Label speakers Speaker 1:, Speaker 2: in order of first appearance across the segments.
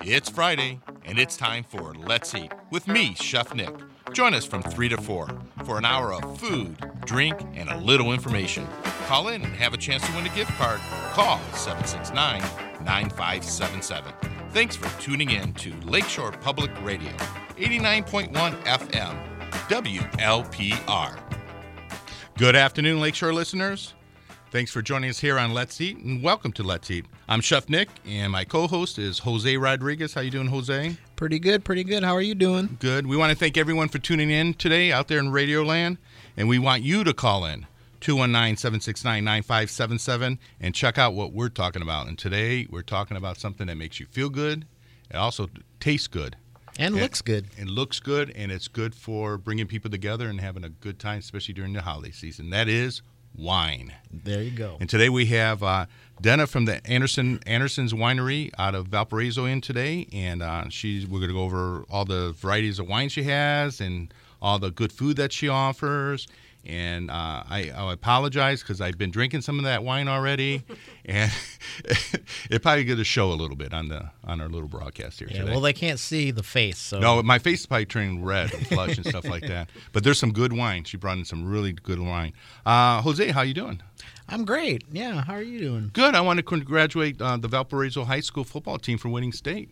Speaker 1: It's Friday, and it's time for Let's Eat with me, Chef Nick. Join us from 3 to 4 for an hour of food, drink, and a little information. Call in and have a chance to win a gift card. Call 769 9577. Thanks for tuning in to Lakeshore Public Radio, 89.1 FM, WLPR. Good afternoon, Lakeshore listeners. Thanks for joining us here on Let's Eat, and welcome to Let's Eat. I'm Chef Nick, and my co-host is Jose Rodriguez. How you doing, Jose?
Speaker 2: Pretty good, pretty good. How are you doing?
Speaker 1: Good. We want to thank everyone for tuning in today out there in Radio Land, and we want you to call in 219-769-9577 and check out what we're talking about. And today we're talking about something that makes you feel good, it also tastes good.
Speaker 2: And looks good.
Speaker 1: It looks good, and it's good for bringing people together and having a good time, especially during the holiday season. That is wine.
Speaker 2: There you go.
Speaker 1: And today we have uh, Dana from the Anderson Anderson's Winery out of Valparaiso in today, and uh, she's we're going to go over all the varieties of wine she has and all the good food that she offers. And uh, I, I apologize because I've been drinking some of that wine already, and it probably going to show a little bit on the on our little broadcast here
Speaker 2: Yeah,
Speaker 1: today.
Speaker 2: well, they can't see the face, so
Speaker 1: No, my face is probably turning red and flush and stuff like that. But there's some good wine. She brought in some really good wine. Uh, Jose, how you doing?
Speaker 2: I'm great. Yeah, how are you doing?
Speaker 1: Good. I want to congratulate uh, the Valparaiso High School football team for winning state.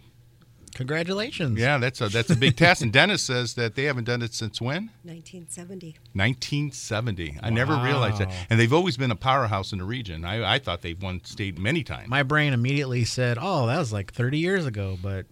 Speaker 2: Congratulations.
Speaker 1: Yeah, that's a that's a big task. And Dennis says that they haven't done it since when?
Speaker 3: 1970.
Speaker 1: 1970. I never realized that.
Speaker 2: Wow.
Speaker 1: And they've always been a powerhouse in the region. I, I thought they've won state many times.
Speaker 2: My brain immediately said, "Oh, that was like 30 years ago," but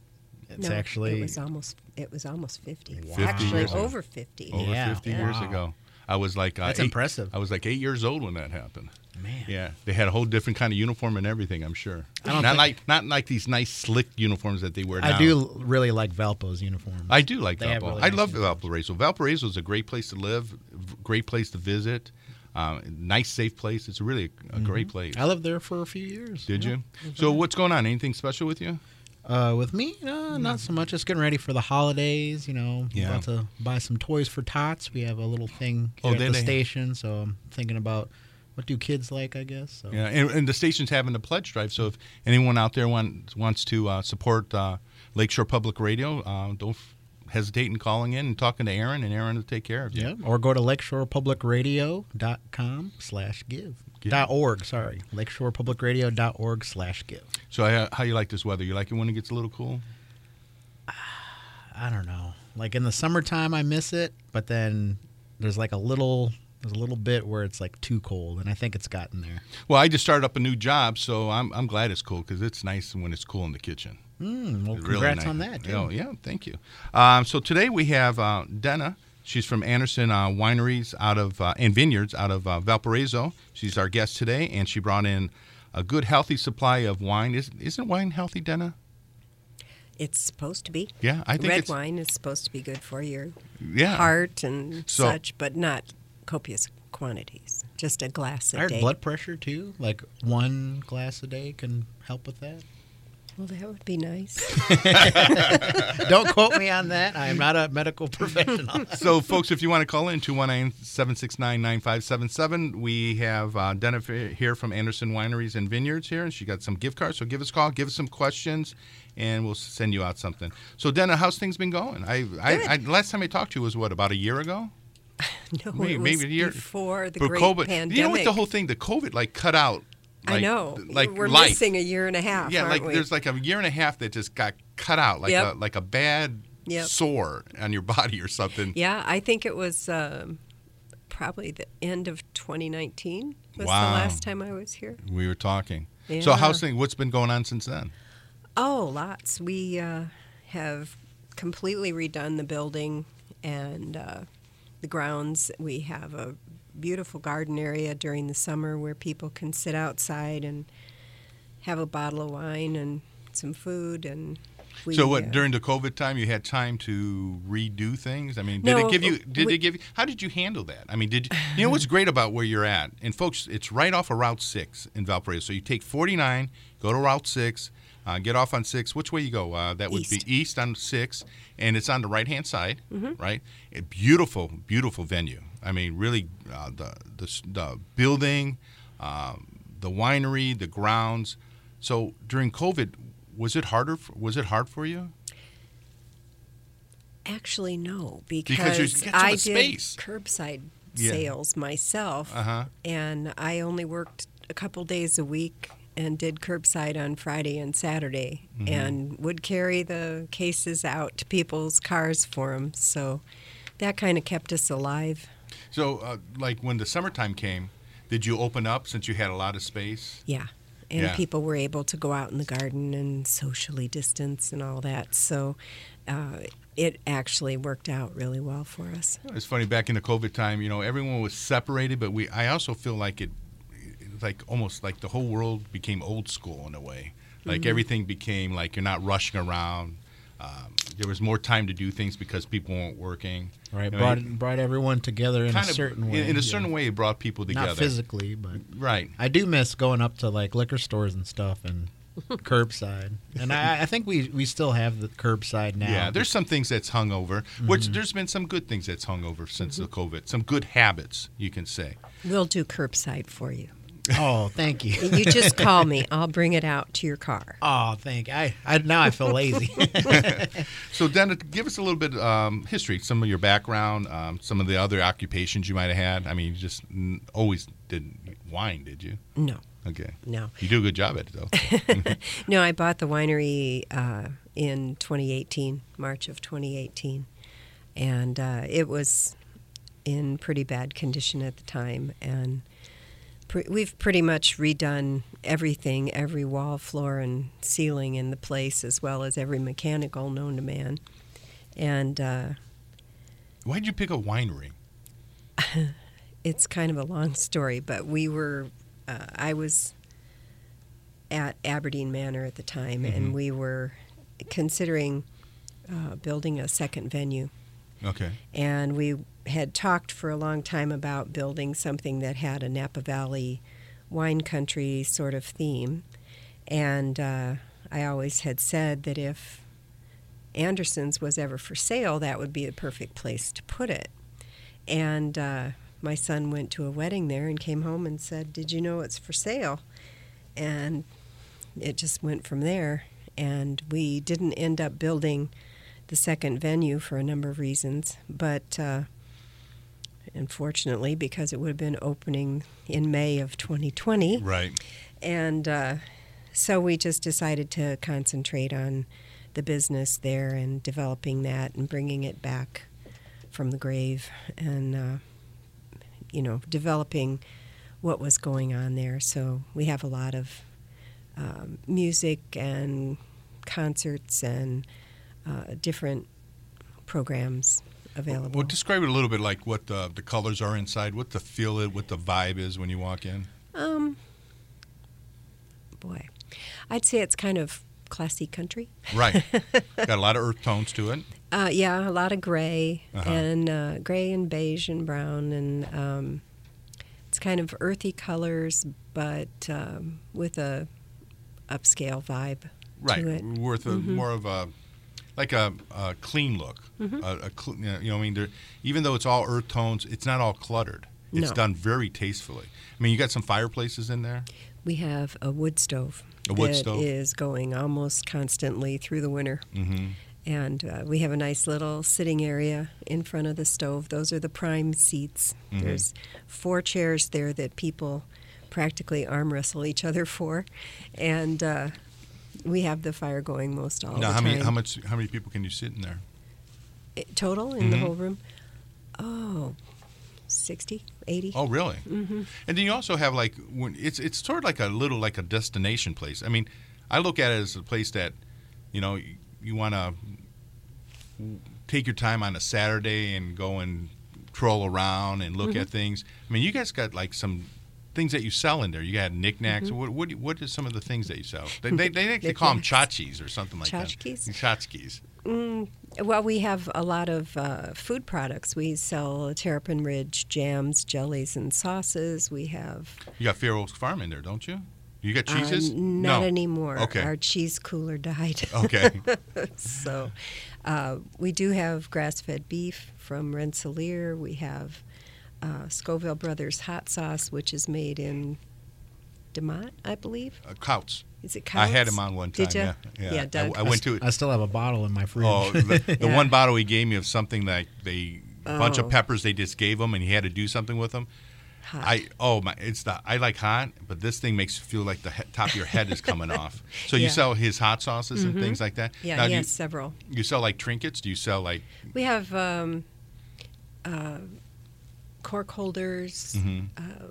Speaker 2: it's
Speaker 3: No,
Speaker 2: actually
Speaker 3: it was almost it was almost 50.
Speaker 1: 50
Speaker 3: Actually,
Speaker 1: years ago.
Speaker 3: over 50.
Speaker 1: over
Speaker 2: Yeah.
Speaker 1: 50 years
Speaker 2: Wow.
Speaker 1: ago. I was like uh,
Speaker 2: That's
Speaker 1: eight-
Speaker 2: impressive.
Speaker 1: I was like eight years old when that happened.
Speaker 2: man.
Speaker 1: Yeah, they had a whole different kind of uniform and everything. I'm sure.
Speaker 2: I don't
Speaker 1: not
Speaker 2: think-
Speaker 1: like not like these nice slick uniforms that they wear.
Speaker 2: I
Speaker 1: now.
Speaker 2: do l- really like Valpo's uniform.
Speaker 1: I do like
Speaker 2: They have
Speaker 1: Valpo.
Speaker 2: really
Speaker 1: I
Speaker 2: nice
Speaker 1: love
Speaker 2: uniforms.
Speaker 1: Valparaiso. Valparaiso is a great place to live, v- great place to visit, um, nice safe place. It's really a, a great place.
Speaker 2: Mm-hmm. I Mm-hmm. lived there for a few years.
Speaker 1: Did you? So what's going on? Anything special with you?
Speaker 2: Uh, with me, no, not so much. Just getting ready for the holidays. You know,
Speaker 1: Yeah.
Speaker 2: about to buy some toys for tots. We have a little thing
Speaker 1: Oh,
Speaker 2: here
Speaker 1: they-
Speaker 2: at the
Speaker 1: they-
Speaker 2: station, so I'm thinking about what do kids like. I guess. So.
Speaker 1: Yeah, and, and the station's having a pledge drive. So if anyone out there wants wants to uh, support uh, Lakeshore Public Radio, uh, don't f- hesitate in calling in and talking to Aaron, and Aaron will take care of you.
Speaker 2: Yeah, or go to lakeshorepublicradio.com slash give.
Speaker 1: Give.
Speaker 2: Dot org, sorry. Lakeshorepublicradio.org slash give.
Speaker 1: So uh, how you like this weather? You like it when it gets a little cool?
Speaker 2: I don't know. Like in the summertime, I miss it, but then there's like a little, there's a little bit where it's like too cold, and I think it's gotten there.
Speaker 1: Well, I just started up a new job, so I'm, I'm glad it's cool because it's nice when it's cool in the kitchen.
Speaker 2: Mm, well,
Speaker 1: It's
Speaker 2: congrats
Speaker 1: really nice.
Speaker 2: on that, too.
Speaker 1: Oh, yeah, thank you. Um, so today we have uh, Dana. She's from Anderson uh, Wineries out of uh, and Vineyards out of uh, Valparaiso. She's our guest today, and she brought in a good, healthy supply of wine. Is, isn't wine healthy, Dana?
Speaker 3: It's supposed to be.
Speaker 1: Yeah, I think
Speaker 3: Red
Speaker 1: it's
Speaker 3: wine is supposed to be good for your
Speaker 1: yeah.
Speaker 3: heart and
Speaker 1: So-
Speaker 3: such, but not copious quantities. Just a glass a
Speaker 2: I heard
Speaker 3: day.
Speaker 2: blood pressure, too. Like one glass a day can help with that.
Speaker 3: Well, that would be nice.
Speaker 2: don't quote me on that. I am not a medical professional.
Speaker 1: so, folks, if you want to call in, 219 769 9577. We have uh, Dana f- here from Anderson Wineries and Vineyards here, and she got some gift cards. So, give us a call, give us some questions, and we'll send you out something. So, Dana, how's things been going? I, I, I Last time I talked to you was, what, about a year ago?
Speaker 3: No,
Speaker 1: Maybe-
Speaker 3: it was
Speaker 1: maybe a year-
Speaker 3: before the
Speaker 1: For
Speaker 3: great
Speaker 1: COVID.
Speaker 3: pandemic.
Speaker 1: You know what the whole thing, the COVID, like, cut out. Like,
Speaker 3: I know.
Speaker 1: Like
Speaker 3: We're
Speaker 1: life.
Speaker 3: missing a year and a half.
Speaker 1: Yeah,
Speaker 3: aren't
Speaker 1: like
Speaker 3: we?
Speaker 1: there's like a year and a half that just got cut out, like
Speaker 3: Yep.
Speaker 1: a like a bad
Speaker 3: Yep.
Speaker 1: sore on your body or something.
Speaker 3: Yeah, I think it was um, probably the end of 2019 was
Speaker 1: Wow.
Speaker 3: the last time I was here.
Speaker 1: We were talking. So
Speaker 3: Yeah.
Speaker 1: how's things? What's been going on since then?
Speaker 3: Oh, lots. We uh, have completely redone the building and uh, the grounds. We have a beautiful garden area during the summer where people can sit outside and have a bottle of wine and some food and. We,
Speaker 1: so what
Speaker 3: uh,
Speaker 1: during the COVID time you had time to redo things? I mean, did
Speaker 3: No,
Speaker 1: it give you? Did
Speaker 3: we-
Speaker 1: it give you? How did you handle that? I mean, did you know what's great about where you're at? And folks, it's right off of Route Six in Valparaiso. So you take 49, go to Route Six, uh, get off on Six. Which way you go? Uh, that would
Speaker 3: East.
Speaker 1: be east on Six, and it's on the right hand side, right? A beautiful, beautiful venue. I mean, really, uh, the, the s- the building, um, the winery, the grounds. So during COVID, Was it harder? For, was it hard for you?
Speaker 3: Actually, no,
Speaker 1: Because
Speaker 3: because,
Speaker 1: you get so
Speaker 3: I
Speaker 1: much
Speaker 3: did
Speaker 1: space.
Speaker 3: curbside
Speaker 1: Yeah.
Speaker 3: sales myself,
Speaker 1: Uh-huh.
Speaker 3: and I only worked a couple days a week and did curbside on Friday and Saturday,
Speaker 1: Mm-hmm.
Speaker 3: and would carry the cases out to people's cars for them. So that kind of kept us alive.
Speaker 1: So, uh, like when the summertime came, did you open up since you had a lot of space?
Speaker 3: Yeah. And
Speaker 1: Yeah.
Speaker 3: people were able to go out in the garden and socially distance and all that. So uh, it actually worked out really well for us.
Speaker 1: It's funny back in the COVID time, you know, everyone was separated, but we. I also feel like it, it's like almost like the whole world became old school in a way. Like
Speaker 2: Mm-hmm.
Speaker 1: everything became like you're not rushing around. Um, there was more time to do things because people weren't working.
Speaker 2: Right,
Speaker 1: You know,
Speaker 2: brought
Speaker 1: it
Speaker 2: brought everyone together in a
Speaker 1: kind of-
Speaker 2: certain way.
Speaker 1: In, in a
Speaker 2: yeah.
Speaker 1: certain way, it brought people together.
Speaker 2: Not physically, but
Speaker 1: Right.
Speaker 2: I do miss going up to like liquor stores and stuff and curbside. And I, I think we we still have the curbside now. Mm-hmm.
Speaker 1: Yeah, there's some things that's hung over, which there's been some good things that's hung over since the COVID, some good habits, you can say.
Speaker 3: We'll do curbside for you.
Speaker 2: Oh, thank you.
Speaker 3: You just call me, I'll bring it out to your car.
Speaker 2: Oh, thank I, I now I feel lazy.
Speaker 1: So, Dennis, give us a little bit um, history, some of your background, um, some of the other occupations you might have had. I mean, you just n- always did wine, did you?
Speaker 3: No,
Speaker 1: Okay.
Speaker 3: no.
Speaker 1: You do a good job at it, though.
Speaker 3: No, I bought the winery uh, in 2018, March of 2018, and uh, it was in pretty bad condition at the time. And pre- we've pretty much redone everything, every wall, floor, and ceiling in the place, as well as every mechanical known to man. And uh,
Speaker 1: Why did you pick a winery?
Speaker 3: it's kind of a long story, but we were, uh, I was at Aberdeen Manor at the time, and we were considering uh, building a second venue.
Speaker 1: Okay.
Speaker 3: And we had talked for a long time about building something that had a Napa Valley wine country sort of theme. And uh, I always had said that if Anderson's was ever for sale, that would be the perfect place to put it. And uh, my son went to a wedding there and came home and said, Did you know it's for sale? And it just went from there. And we didn't end up building the second venue for a number of reasons, but uh, unfortunately, because it would have been opening in May of 2020.
Speaker 1: Right.
Speaker 3: And uh, so we just decided to concentrate on the business there and developing that and bringing it back from the grave and, uh, you know, developing what was going on there. So we have a lot of um, music and concerts and uh, different programs available.
Speaker 1: Well, describe it a little bit like what the, the colors are inside, what the feel it, what the vibe is when you walk in.
Speaker 3: Um, boy, I'd say it's kind of classy country.
Speaker 1: Right. Got a lot of earth tones to it.
Speaker 3: Uh, yeah, a lot of gray
Speaker 1: Uh-huh.
Speaker 3: and uh, gray and beige and brown and um, it's kind of earthy colors, but um, with a upscale vibe.
Speaker 1: right
Speaker 3: to it. Mm-hmm.
Speaker 1: worth a, more of a like a, a clean look
Speaker 3: Mm-hmm.
Speaker 1: a, a cl- you know i mean there, even though it's all earth tones it's not all cluttered it's
Speaker 3: No.
Speaker 1: done very tastefully i mean you got some fireplaces in there
Speaker 3: We have a wood stove
Speaker 1: A wood
Speaker 3: that
Speaker 1: stove?
Speaker 3: is going almost constantly through the winter.
Speaker 1: Mm-hmm.
Speaker 3: And uh, we have a nice little sitting area in front of the stove. Those are the prime seats.
Speaker 1: Mm-hmm.
Speaker 3: There's four chairs there that people practically arm wrestle each other for, and uh, we have the fire going most all
Speaker 1: now
Speaker 3: the
Speaker 1: how
Speaker 3: time.
Speaker 1: many how much how many people can you sit in there
Speaker 3: Eh, total in the
Speaker 1: Mm-hmm.
Speaker 3: whole room? Oh, 60, 80.
Speaker 1: oh really mm-hmm. and then you also have like when it's it's sort of like a little like a destination place i mean i look at it as a place that you know you, you want to take your time on a saturday and go and troll around and
Speaker 3: Mm-hmm.
Speaker 1: look at things i mean you guys got like some things that you sell in there you got knickknacks what, what do you- what are some of the things that you sell they they, they, they call them
Speaker 3: Mm-hmm. Knickknacks.
Speaker 1: tchotchkes or something like
Speaker 3: Tchotchkes?
Speaker 1: that tchotchkes
Speaker 3: Well, we have a lot of uh, food products. We sell Terrapin Ridge jams, jellies, and sauces. We have
Speaker 1: you got fair oaks farm in there don't you you got
Speaker 3: uh,
Speaker 1: cheeses
Speaker 3: not
Speaker 1: no
Speaker 3: anymore.
Speaker 1: Okay.
Speaker 3: Our cheese cooler died.
Speaker 1: okay
Speaker 3: so uh, we do have grass fed beef from Rensselaer. We have uh, Scoville Brothers hot sauce, which is made in DeMont, I believe.
Speaker 1: uh, couts
Speaker 3: Is it
Speaker 1: I
Speaker 3: counts?
Speaker 1: had him on one time.
Speaker 3: Did you?
Speaker 1: Yeah, yeah. I-
Speaker 3: Doug.
Speaker 1: I, went to
Speaker 2: I still have a bottle in my fridge.
Speaker 1: Oh, the, the
Speaker 3: Yeah.
Speaker 1: one bottle he gave me of something like they a bunch
Speaker 3: Oh.
Speaker 1: of peppers they just gave him, and he had to do something with them.
Speaker 3: Hot.
Speaker 1: I oh my, it's the I like hot, but this thing makes you feel like the he, top of your head is coming off. So you
Speaker 3: Yeah. Mm-hmm.
Speaker 1: sell his hot sauces and things like that.
Speaker 3: yeah,
Speaker 1: Now,
Speaker 3: he
Speaker 1: do you-
Speaker 3: has several.
Speaker 1: You, sell like trinkets? Do you sell like
Speaker 3: We have um, uh, cork holders,
Speaker 1: Mm-hmm.
Speaker 3: uh,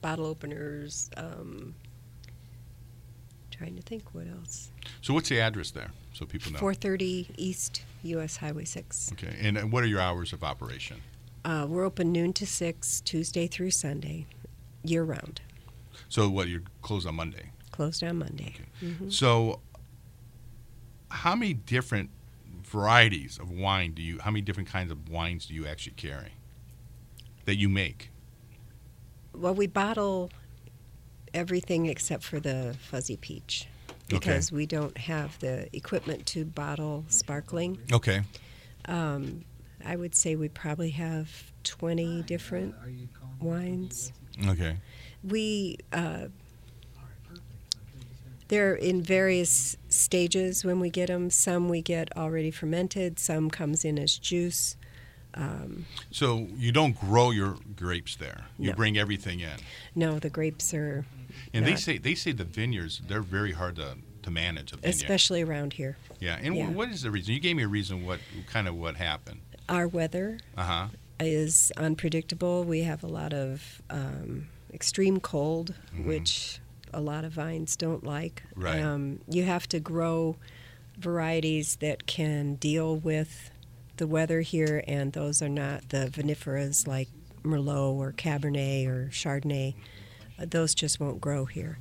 Speaker 3: bottle openers. Um, trying to think what else.
Speaker 1: so? What's the address there so people know?
Speaker 3: 430 East U.S. Highway 6.
Speaker 1: Okay, and uh, what are your hours of operation?
Speaker 3: Uh, we're open noon to 6, Tuesday through Sunday, year round.
Speaker 1: So what you close on Monday?
Speaker 3: Closed on Monday.
Speaker 1: So how many different varieties of wine do you how many different kinds of wines do you actually carry that you make?
Speaker 3: Well, we bottle everything except for the fuzzy peach
Speaker 1: Okay.
Speaker 3: because we don't have the equipment to bottle sparkling. Um,
Speaker 1: Okay.
Speaker 3: I would say we probably have 20 different wines.
Speaker 1: Okay.
Speaker 3: We uh, they're in various stages when we get them. Some we get already fermented. Some comes in as juice. Um,
Speaker 1: So you don't grow your grapes there. You
Speaker 3: No.
Speaker 1: bring everything in.
Speaker 3: No, the grapes are
Speaker 1: And they
Speaker 3: Not-
Speaker 1: say they say the vineyards they're very hard to to manage a vineyard.
Speaker 3: especially around here.
Speaker 1: yeah. And
Speaker 3: yeah.
Speaker 1: what is the reason? You gave me a reason what kind of what happened.
Speaker 3: Our weather
Speaker 1: Uh-huh.
Speaker 3: is unpredictable. We have a lot of um, extreme cold, which a lot of vines don't like.
Speaker 1: Mm-hmm. Right.
Speaker 3: Um, you have to grow varieties that can deal with the weather here, and those are not the vinifera's like Merlot or Cabernet or Chardonnay. Uh, Those just won't grow here.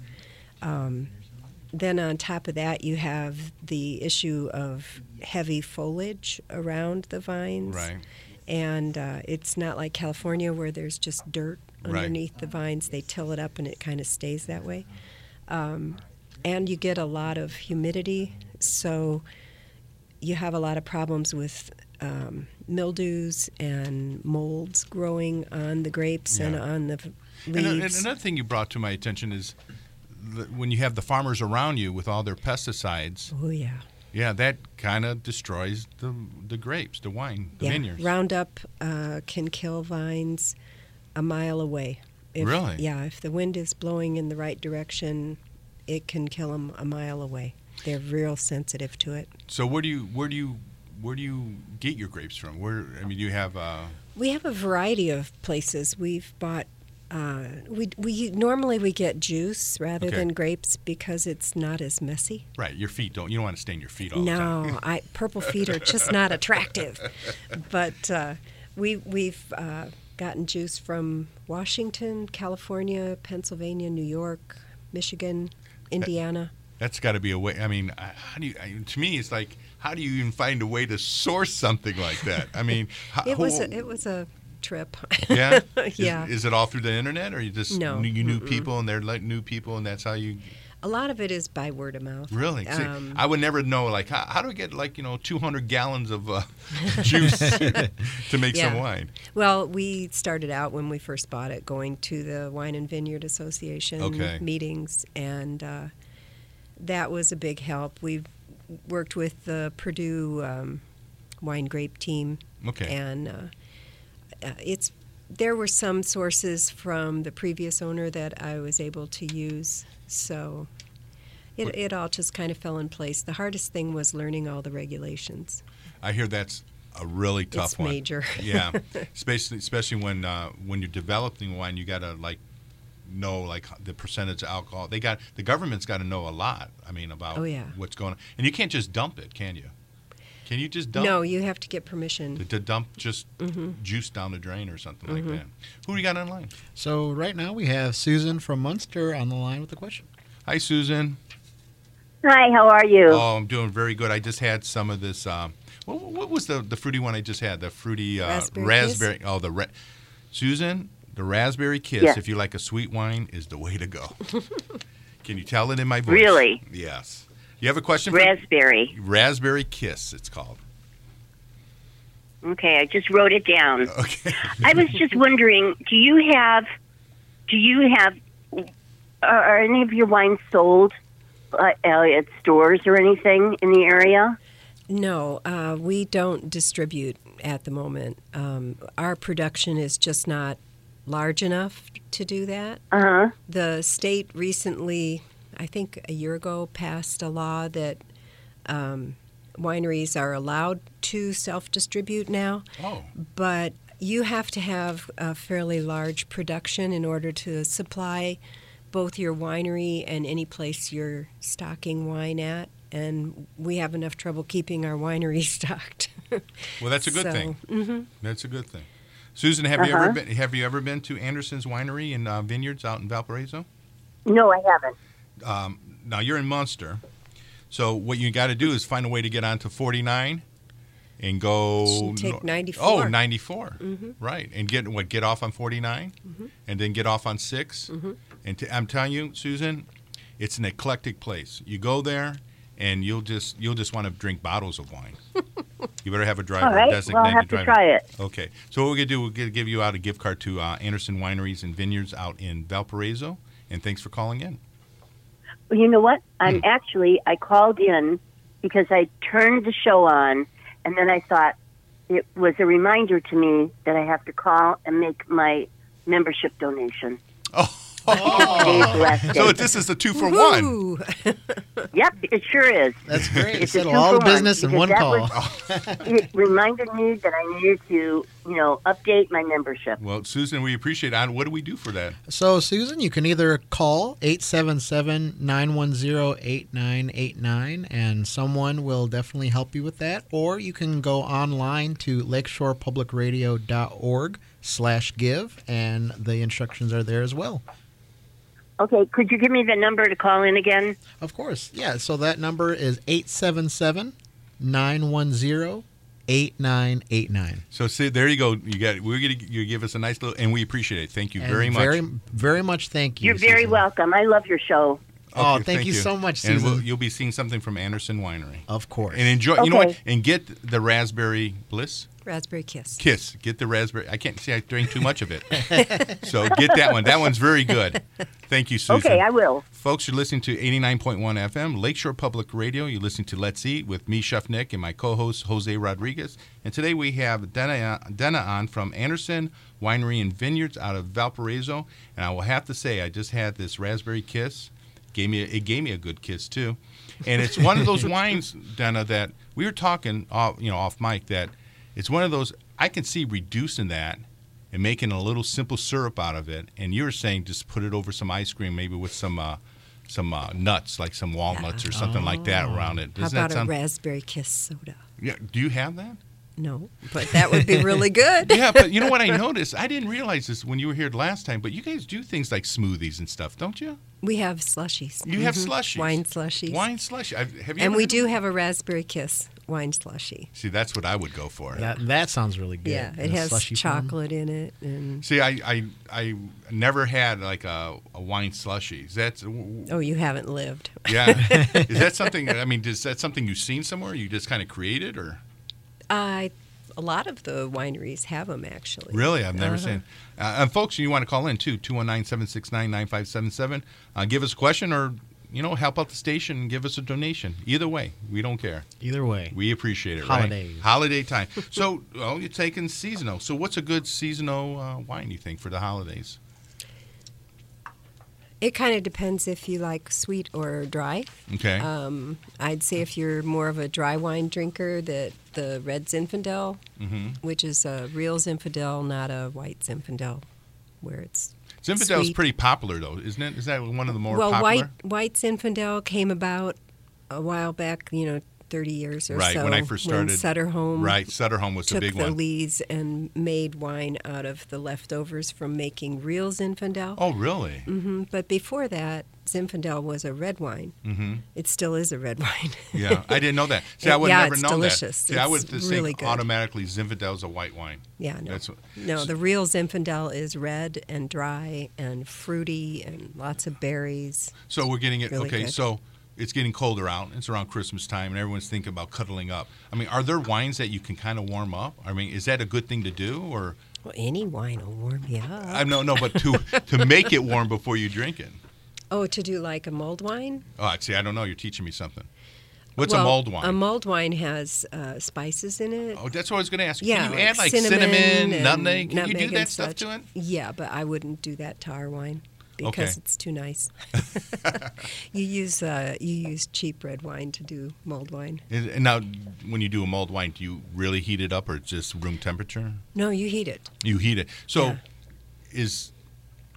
Speaker 3: Um, then on top of that, you have the issue of heavy foliage around the vines
Speaker 1: Right.
Speaker 3: and uh, it's not like California where there's just dirt
Speaker 1: Right.
Speaker 3: underneath the vines. They till it up and it kind of stays that way. Um, and you get a lot of humidity, so you have a lot of problems with um, mildews and molds growing on the grapes and
Speaker 1: Yeah.
Speaker 3: on the v-
Speaker 1: And, a- and
Speaker 3: leaves.
Speaker 1: another thing you brought to my attention is the, when you have the farmers around you with all their pesticides,
Speaker 3: oh yeah,
Speaker 1: yeah, that kind of destroys the the grapes, the wine, the
Speaker 3: yeah.
Speaker 1: vineyards.
Speaker 3: Roundup uh, can kill vines a mile away. If,
Speaker 1: Really?
Speaker 3: Yeah, if the wind is blowing in the right direction, it can kill them a mile away. They're real sensitive to it.
Speaker 1: So where do you where do you where do you get your grapes from? Where I mean, you have uh,
Speaker 3: We have a variety of places. We've bought. Uh, we we normally we get juice rather
Speaker 1: Okay.
Speaker 3: than grapes because it's not as messy.
Speaker 1: right your feet don't you don't want to stain your feet all the time.
Speaker 3: no, I purple feet are just not attractive. But uh, we we've uh, gotten juice from Washington, California, Pennsylvania, New York, Michigan, Indiana.
Speaker 1: That's got to be a way. I mean, I- how do you? I, to me, it's like how do you even find a way to source something like that? I mean, how,
Speaker 3: It was a, it was a trip.
Speaker 1: yeah
Speaker 3: Yeah.
Speaker 1: Is, is it all through the internet, or you just
Speaker 3: No.
Speaker 1: you knew people and they're like new people, and that's how you
Speaker 3: a lot of it is by word of mouth.
Speaker 1: Really? See,
Speaker 3: Um,
Speaker 1: I would never know. Like, how, how do I get like you know 200 gallons of uh, juice to make some
Speaker 3: Yeah.
Speaker 1: wine?
Speaker 3: Well, we started out when we first bought it going to the Wine and Vineyard Association
Speaker 1: Okay.
Speaker 3: meetings, and uh, that was a big help. We've worked with the Purdue um, wine grape team,
Speaker 1: Okay.
Speaker 3: and uh, uh, it's there were some sources from the previous owner that I was able to use, so. It, it all just kind of fell in place. The hardest thing was learning all the regulations.
Speaker 1: I hear that's a really tough
Speaker 3: it's
Speaker 1: one.
Speaker 3: major.
Speaker 1: yeah, especially especially when uh, when you're developing wine, you gotta like know like the percentage of alcohol. They got the government's got to know a lot. I mean, about
Speaker 3: Oh, yeah.
Speaker 1: what's going on, and you can't just dump it, can you? Can you just dump?
Speaker 3: No, Mm-hmm. you have to get permission.
Speaker 1: To, to dump just juice down the drain or something
Speaker 3: Mm-hmm.
Speaker 1: like that. Who do you got online?
Speaker 2: So right now we have Susan from Munster on the line with a question.
Speaker 1: Hi, Susan.
Speaker 4: Hi, how are you?
Speaker 1: Oh, I'm doing very good. I just had some of this. Um, what, what was the the fruity one I just had? The fruity uh,
Speaker 3: Raspberry
Speaker 1: raspberry. Oh, the ra- Susan, the raspberry kiss.
Speaker 4: Yeah.
Speaker 1: If you like a sweet wine, is the way to go. Can you tell it in my voice?
Speaker 4: Really?
Speaker 1: Yes. You have a question? for-
Speaker 4: Raspberry.
Speaker 1: raspberry kiss. It's called.
Speaker 4: Okay, I just wrote it down.
Speaker 1: Okay.
Speaker 4: I was just wondering, do you have, do you have, are, are any of your wines sold uh, Elliott stores or anything in the area?
Speaker 3: No, uh, we don't distribute at the moment. Um, our production is just not large enough to do that.
Speaker 4: Uh huh.
Speaker 3: The state recently, I think a year ago, passed a law that um, wineries are allowed to self distribute now,
Speaker 1: Oh,
Speaker 3: but you have to have a fairly large production in order to supply both your winery and any place you're stocking wine at. And we have enough trouble keeping our winery stocked.
Speaker 1: well, that's a good
Speaker 3: So, mm-hmm.
Speaker 1: thing. That's a good thing. Susan, have you
Speaker 4: Uh-huh.
Speaker 1: ever been? Have you ever been to Anderson's Winery and uh, Vineyards out in Valparaiso?
Speaker 4: No, I haven't.
Speaker 1: um, now you're in Munster, so what you got to do is find a way to get onto 49 and go
Speaker 3: Should take
Speaker 1: nor-
Speaker 3: 94.
Speaker 1: Oh, 94. Right, and get what? Get off on 49, and then get off on 6 And t- I'm telling you, Susan, it's an eclectic place. You go there, and you'll just you'll just want to drink bottles of wine. you better have a driver,
Speaker 4: All right.
Speaker 1: designated
Speaker 4: Well, I'll have to
Speaker 1: driver.
Speaker 4: try it.
Speaker 1: Okay. So what we're gonna do, we're gonna give you out a gift card to uh, Anderson Wineries and Vineyards out in Valparaiso. And thanks for calling in.
Speaker 4: Well, you know what?
Speaker 1: Hmm.
Speaker 4: I'm actually I called in because I turned the show on, and then I thought it was a reminder to me that I have to call and make my membership donation. Today's the last
Speaker 1: Oh. So
Speaker 4: day.
Speaker 1: this is the two for one.
Speaker 3: Woo!
Speaker 4: Yep, it sure is.
Speaker 2: That's great.
Speaker 4: It's a
Speaker 2: Settle all the
Speaker 4: two-for-one,
Speaker 2: business in
Speaker 4: because
Speaker 2: one
Speaker 4: that
Speaker 2: call.
Speaker 4: was- It reminded me that I needed to, you know, update my membership.
Speaker 1: Well, Susan, we appreciate it. What do we do for that?
Speaker 2: So, Susan, you can either call 877 910 8989 and someone will definitely help you with that, or you can go online to lakeshorepublicradio.org slash give and the instructions are there as well.
Speaker 4: Okay, could you give me the number to call in again?
Speaker 2: Of course. Yeah, so that number is 877 910 8989.
Speaker 1: So see, there you go. You got. We're gonna you give us a nice little, and we appreciate it. Thank you very much.
Speaker 2: Very, very much thank you.
Speaker 4: You're very
Speaker 2: Susan.
Speaker 4: welcome. I love your show.
Speaker 2: Oh,
Speaker 1: Okay,
Speaker 2: thank, you, so much,
Speaker 1: And
Speaker 2: Susan.
Speaker 1: we'll, you'll be seeing something from Anderson Winery.
Speaker 2: of course.
Speaker 1: And enjoy. You know
Speaker 4: Okay.
Speaker 1: what? And get the raspberry bliss
Speaker 3: Raspberry Kiss.
Speaker 1: kiss. Get the raspberry. I can't see. I drank too much of it. so get that one. That one's very good. Thank you, Susan.
Speaker 4: Okay, I will.
Speaker 1: Folks, you're listening to 89.1 FM, Lakeshore Public Radio. You're listening to Let's Eat with me, Chef Nick, and my co host, Jose Rodriguez. And today we have Dana, Dana on from Anderson Winery and Vineyards out of Valparaiso. And I will have to say, I just had this raspberry kiss. Gave me it gave me a good kiss too, and it's one of those wines, Dana, that we were talking, off, you know, off mic. That it's one of those I can see reducing that and making a little simple syrup out of it. And you were saying just put it over some ice cream, maybe with some uh, some uh, nuts, like some walnuts or something like that around it.
Speaker 3: Oh. How
Speaker 1: Doesn't
Speaker 3: about
Speaker 1: that
Speaker 3: a
Speaker 1: sound?
Speaker 3: raspberry kiss soda?
Speaker 1: yeah, do you have that?
Speaker 3: No, but that would be really good.
Speaker 1: Yeah, but you know what I noticed? I didn't realize this when you were here last time, but you guys do things like smoothies and stuff, don't you?
Speaker 3: We have slushies. Mm-hmm.
Speaker 1: You have slushies.
Speaker 3: Wine slushies.
Speaker 1: Wine slushie. I've, have you
Speaker 3: And
Speaker 1: ever
Speaker 3: we
Speaker 1: had
Speaker 3: do
Speaker 1: that?
Speaker 3: have a raspberry kiss wine slushie.
Speaker 1: See, that's what I would go for.
Speaker 2: that, that sounds really good.
Speaker 3: Yeah, it
Speaker 2: In a
Speaker 3: has
Speaker 2: slushy form.
Speaker 3: chocolate in it, and
Speaker 1: See, I, I I never had like a, a wine slushie. Is that
Speaker 3: oh, you haven't lived.
Speaker 1: yeah? is that something? I mean, is that something you've seen somewhere? You just kind of created, or
Speaker 3: I, a lot of the wineries have them actually.
Speaker 1: Really? I've never
Speaker 3: Uh-huh.
Speaker 1: seen. Uh, and folks, you want to call in too, 219 769 9577. uh, Give us a question or, you know, help out the station and give us a donation. Either way, we don't care.
Speaker 2: Either way.
Speaker 1: We appreciate it,
Speaker 2: Holidays.
Speaker 1: right? Holiday time. So, oh, you're taking seasonal. So, what's a good seasonal uh, wine, you think, for the holidays?
Speaker 3: It kind of depends if you like sweet or dry.
Speaker 1: Okay.
Speaker 3: Um, I'd say if you're more of a dry wine drinker, that the red Zinfandel,
Speaker 1: Mm-hmm.
Speaker 3: which is a real Zinfandel, not a white Zinfandel, where it's
Speaker 1: Zinfandel's
Speaker 3: sweet.
Speaker 1: pretty popular, though, isn't it? Is that one of the more
Speaker 3: well,
Speaker 1: popular?
Speaker 3: white white Zinfandel came about a while back. You know, thirty years or
Speaker 1: right,
Speaker 3: so.
Speaker 1: when I first
Speaker 3: when
Speaker 1: started.
Speaker 3: Sutter Home
Speaker 1: Right, Sutter Home was the
Speaker 3: took
Speaker 1: big
Speaker 3: the
Speaker 1: one.
Speaker 3: leads and made wine out of the leftovers from making real Zinfandel.
Speaker 1: Oh, really?
Speaker 3: hmm But before that, Zinfandel was a red wine. Mm-hmm. It still is a red wine.
Speaker 1: Yeah, I didn't know that. See,
Speaker 3: It-
Speaker 1: I would
Speaker 3: yeah,
Speaker 1: never
Speaker 3: it's
Speaker 1: know that.
Speaker 3: delicious.
Speaker 1: See, I would
Speaker 3: It's
Speaker 1: just
Speaker 3: really
Speaker 1: think
Speaker 3: good.
Speaker 1: automatically Zinfandel's a white wine.
Speaker 3: yeah, no.
Speaker 1: That's what-
Speaker 3: no, the real Zinfandel is red and dry and fruity and lots of berries.
Speaker 1: So we're getting it.
Speaker 3: Really
Speaker 1: okay,
Speaker 3: good.
Speaker 1: so it's getting colder out. It's around Christmas time, and everyone's thinking about cuddling up. I mean, are there wines that you can kind of warm up? I mean, is that a good thing to do, or
Speaker 3: Well, any wine will warm you up.
Speaker 1: I no no, but to to make it warm before you drink it.
Speaker 3: Oh, to do like a mulled wine?
Speaker 1: Oh, see, I don't know. You're teaching me something. What's a
Speaker 3: Well, um,
Speaker 1: mulled wine?
Speaker 3: A mulled wine has uh, spices in it.
Speaker 1: oh, that's what I was going to ask.
Speaker 3: yeah,
Speaker 1: Can you add like
Speaker 3: cinnamon, and
Speaker 1: nutmeg? Can you
Speaker 3: nutmeg
Speaker 1: do that
Speaker 3: and
Speaker 1: stuff
Speaker 3: such.
Speaker 1: to it?
Speaker 3: Yeah, but I wouldn't do that to our wine because
Speaker 1: Okay.
Speaker 3: it's too nice. you use uh, you use cheap red wine to do mulled wine.
Speaker 1: And and now, when you do a mulled wine, do you really heat it up or just room temperature?
Speaker 3: No, you heat it.
Speaker 1: You heat it. So,
Speaker 3: Yeah.
Speaker 1: is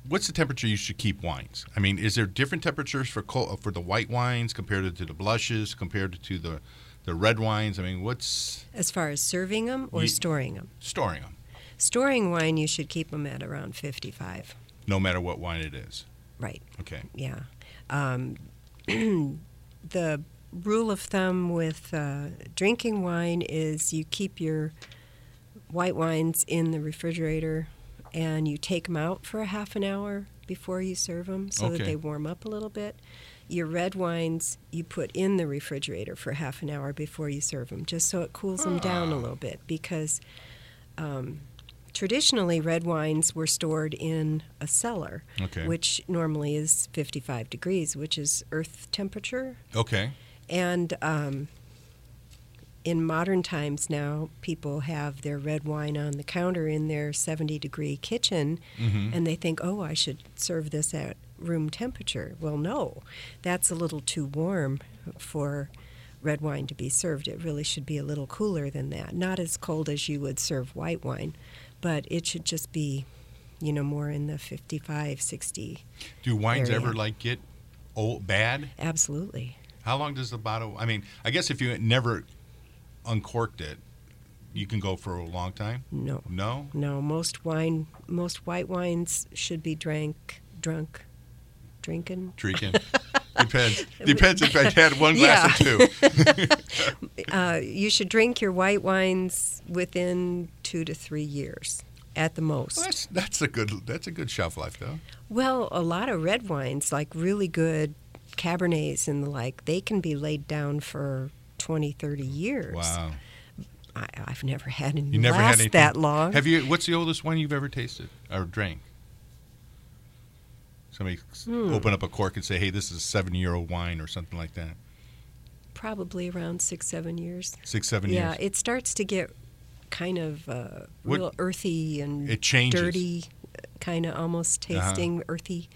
Speaker 1: what's the temperature you should keep wines? I mean, is there different temperatures for col- for the white wines compared to the blushes, compared to the the red wines? I mean, what's
Speaker 3: As far as serving them or
Speaker 1: Ye-
Speaker 3: storing them,
Speaker 1: storing them?
Speaker 3: storing wine you should keep them at around fifty-five.
Speaker 1: No matter what wine it is.
Speaker 3: Right.
Speaker 1: Okay.
Speaker 3: Yeah. Um, the rule of thumb with uh, drinking wine is you keep your white wines in the refrigerator and you take them out for a half an hour before you serve them so that
Speaker 1: Okay.
Speaker 3: they warm up a little bit. Your red wines you put in the refrigerator for half an hour before you serve them, just so it cools them down a little bit because um, traditionally red wines were stored in a cellar
Speaker 1: Okay.
Speaker 3: which normally is 55 degrees, which is Earth temperature.
Speaker 1: Okay.
Speaker 3: And um, in modern times now, people have their red wine on the counter in their 70 degree kitchen,
Speaker 1: Mhm.
Speaker 3: and they think, oh, I should serve this at room temperature. Well, no, that's a little too warm for red wine to be served. It really should be a little cooler than that, not as cold as you would serve white wine, but it should just be. You know, more in the 55, 60
Speaker 1: Do wines
Speaker 3: Area.
Speaker 1: ever like get old bad?
Speaker 3: Absolutely.
Speaker 1: How long does the bottle? I mean, I guess if you never uncorked it, you can go for a long time.
Speaker 3: No.
Speaker 1: No.
Speaker 3: No, most wine most white wines should be drank drunk drinking.
Speaker 1: Drinking. Depends. Depends if I had one glass or two.
Speaker 3: Uh, you should drink your white wines within 2 to 3 years at the most.
Speaker 1: Well, that's that's a good that's a good shelf life though.
Speaker 3: Well, a lot of red wines like really good cabernets and the like, they can be laid down for 20, 30 years.
Speaker 1: Wow,
Speaker 3: I, I've never had any
Speaker 1: you never
Speaker 3: last
Speaker 1: had anything
Speaker 3: that long.
Speaker 1: Have you? What's the oldest wine you've ever tasted or drank? Somebody s-
Speaker 3: Hmm.
Speaker 1: open up a cork and say, "Hey, this is a seven-year-old wine" or something like that.
Speaker 3: Probably around 6, 7 years.
Speaker 1: Six, seven
Speaker 3: yeah,
Speaker 1: years.
Speaker 3: it starts to get kind of uh,
Speaker 1: What-
Speaker 3: real earthy and
Speaker 1: It changes.
Speaker 3: dirty, kind of almost
Speaker 1: Uh-huh.
Speaker 3: tasting earthy.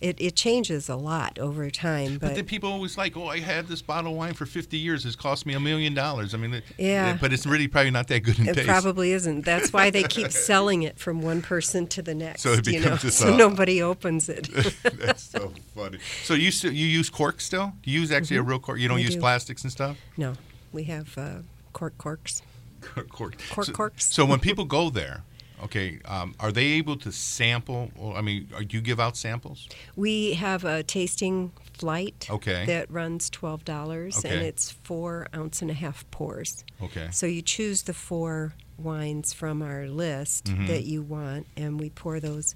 Speaker 3: It, it changes a lot over time,
Speaker 1: But
Speaker 3: but,
Speaker 1: then people always like, "Oh, I had this bottle of wine for fifty years. It's cost me a million dollars." I mean, it-
Speaker 3: Yeah.
Speaker 1: But it's really probably not that good in
Speaker 3: it
Speaker 1: taste.
Speaker 3: probably isn't. That's why they keep selling it from one person to the next.
Speaker 1: So it
Speaker 3: you know,
Speaker 1: becomes this,
Speaker 3: so
Speaker 1: uh,
Speaker 3: nobody opens it.
Speaker 1: That's so funny. So you still, you use cork still? Do you use actually a real cork? You don't
Speaker 3: Mm-hmm. I
Speaker 1: use
Speaker 3: do.
Speaker 1: plastics and stuff?
Speaker 3: no, we have uh, cork corks.
Speaker 1: cork cork
Speaker 3: Cork
Speaker 1: so,
Speaker 3: corks.
Speaker 1: So when people go there, okay, um, are they able to sample? Or, I mean, are, do you give out samples?
Speaker 3: We have a tasting flight
Speaker 1: Okay.
Speaker 3: that runs twelve dollars, and
Speaker 1: Okay.
Speaker 3: it's four ounce and a half pours.
Speaker 1: Okay.
Speaker 3: So you choose the four wines from our list
Speaker 1: Mm-hmm.
Speaker 3: that you want, and we pour those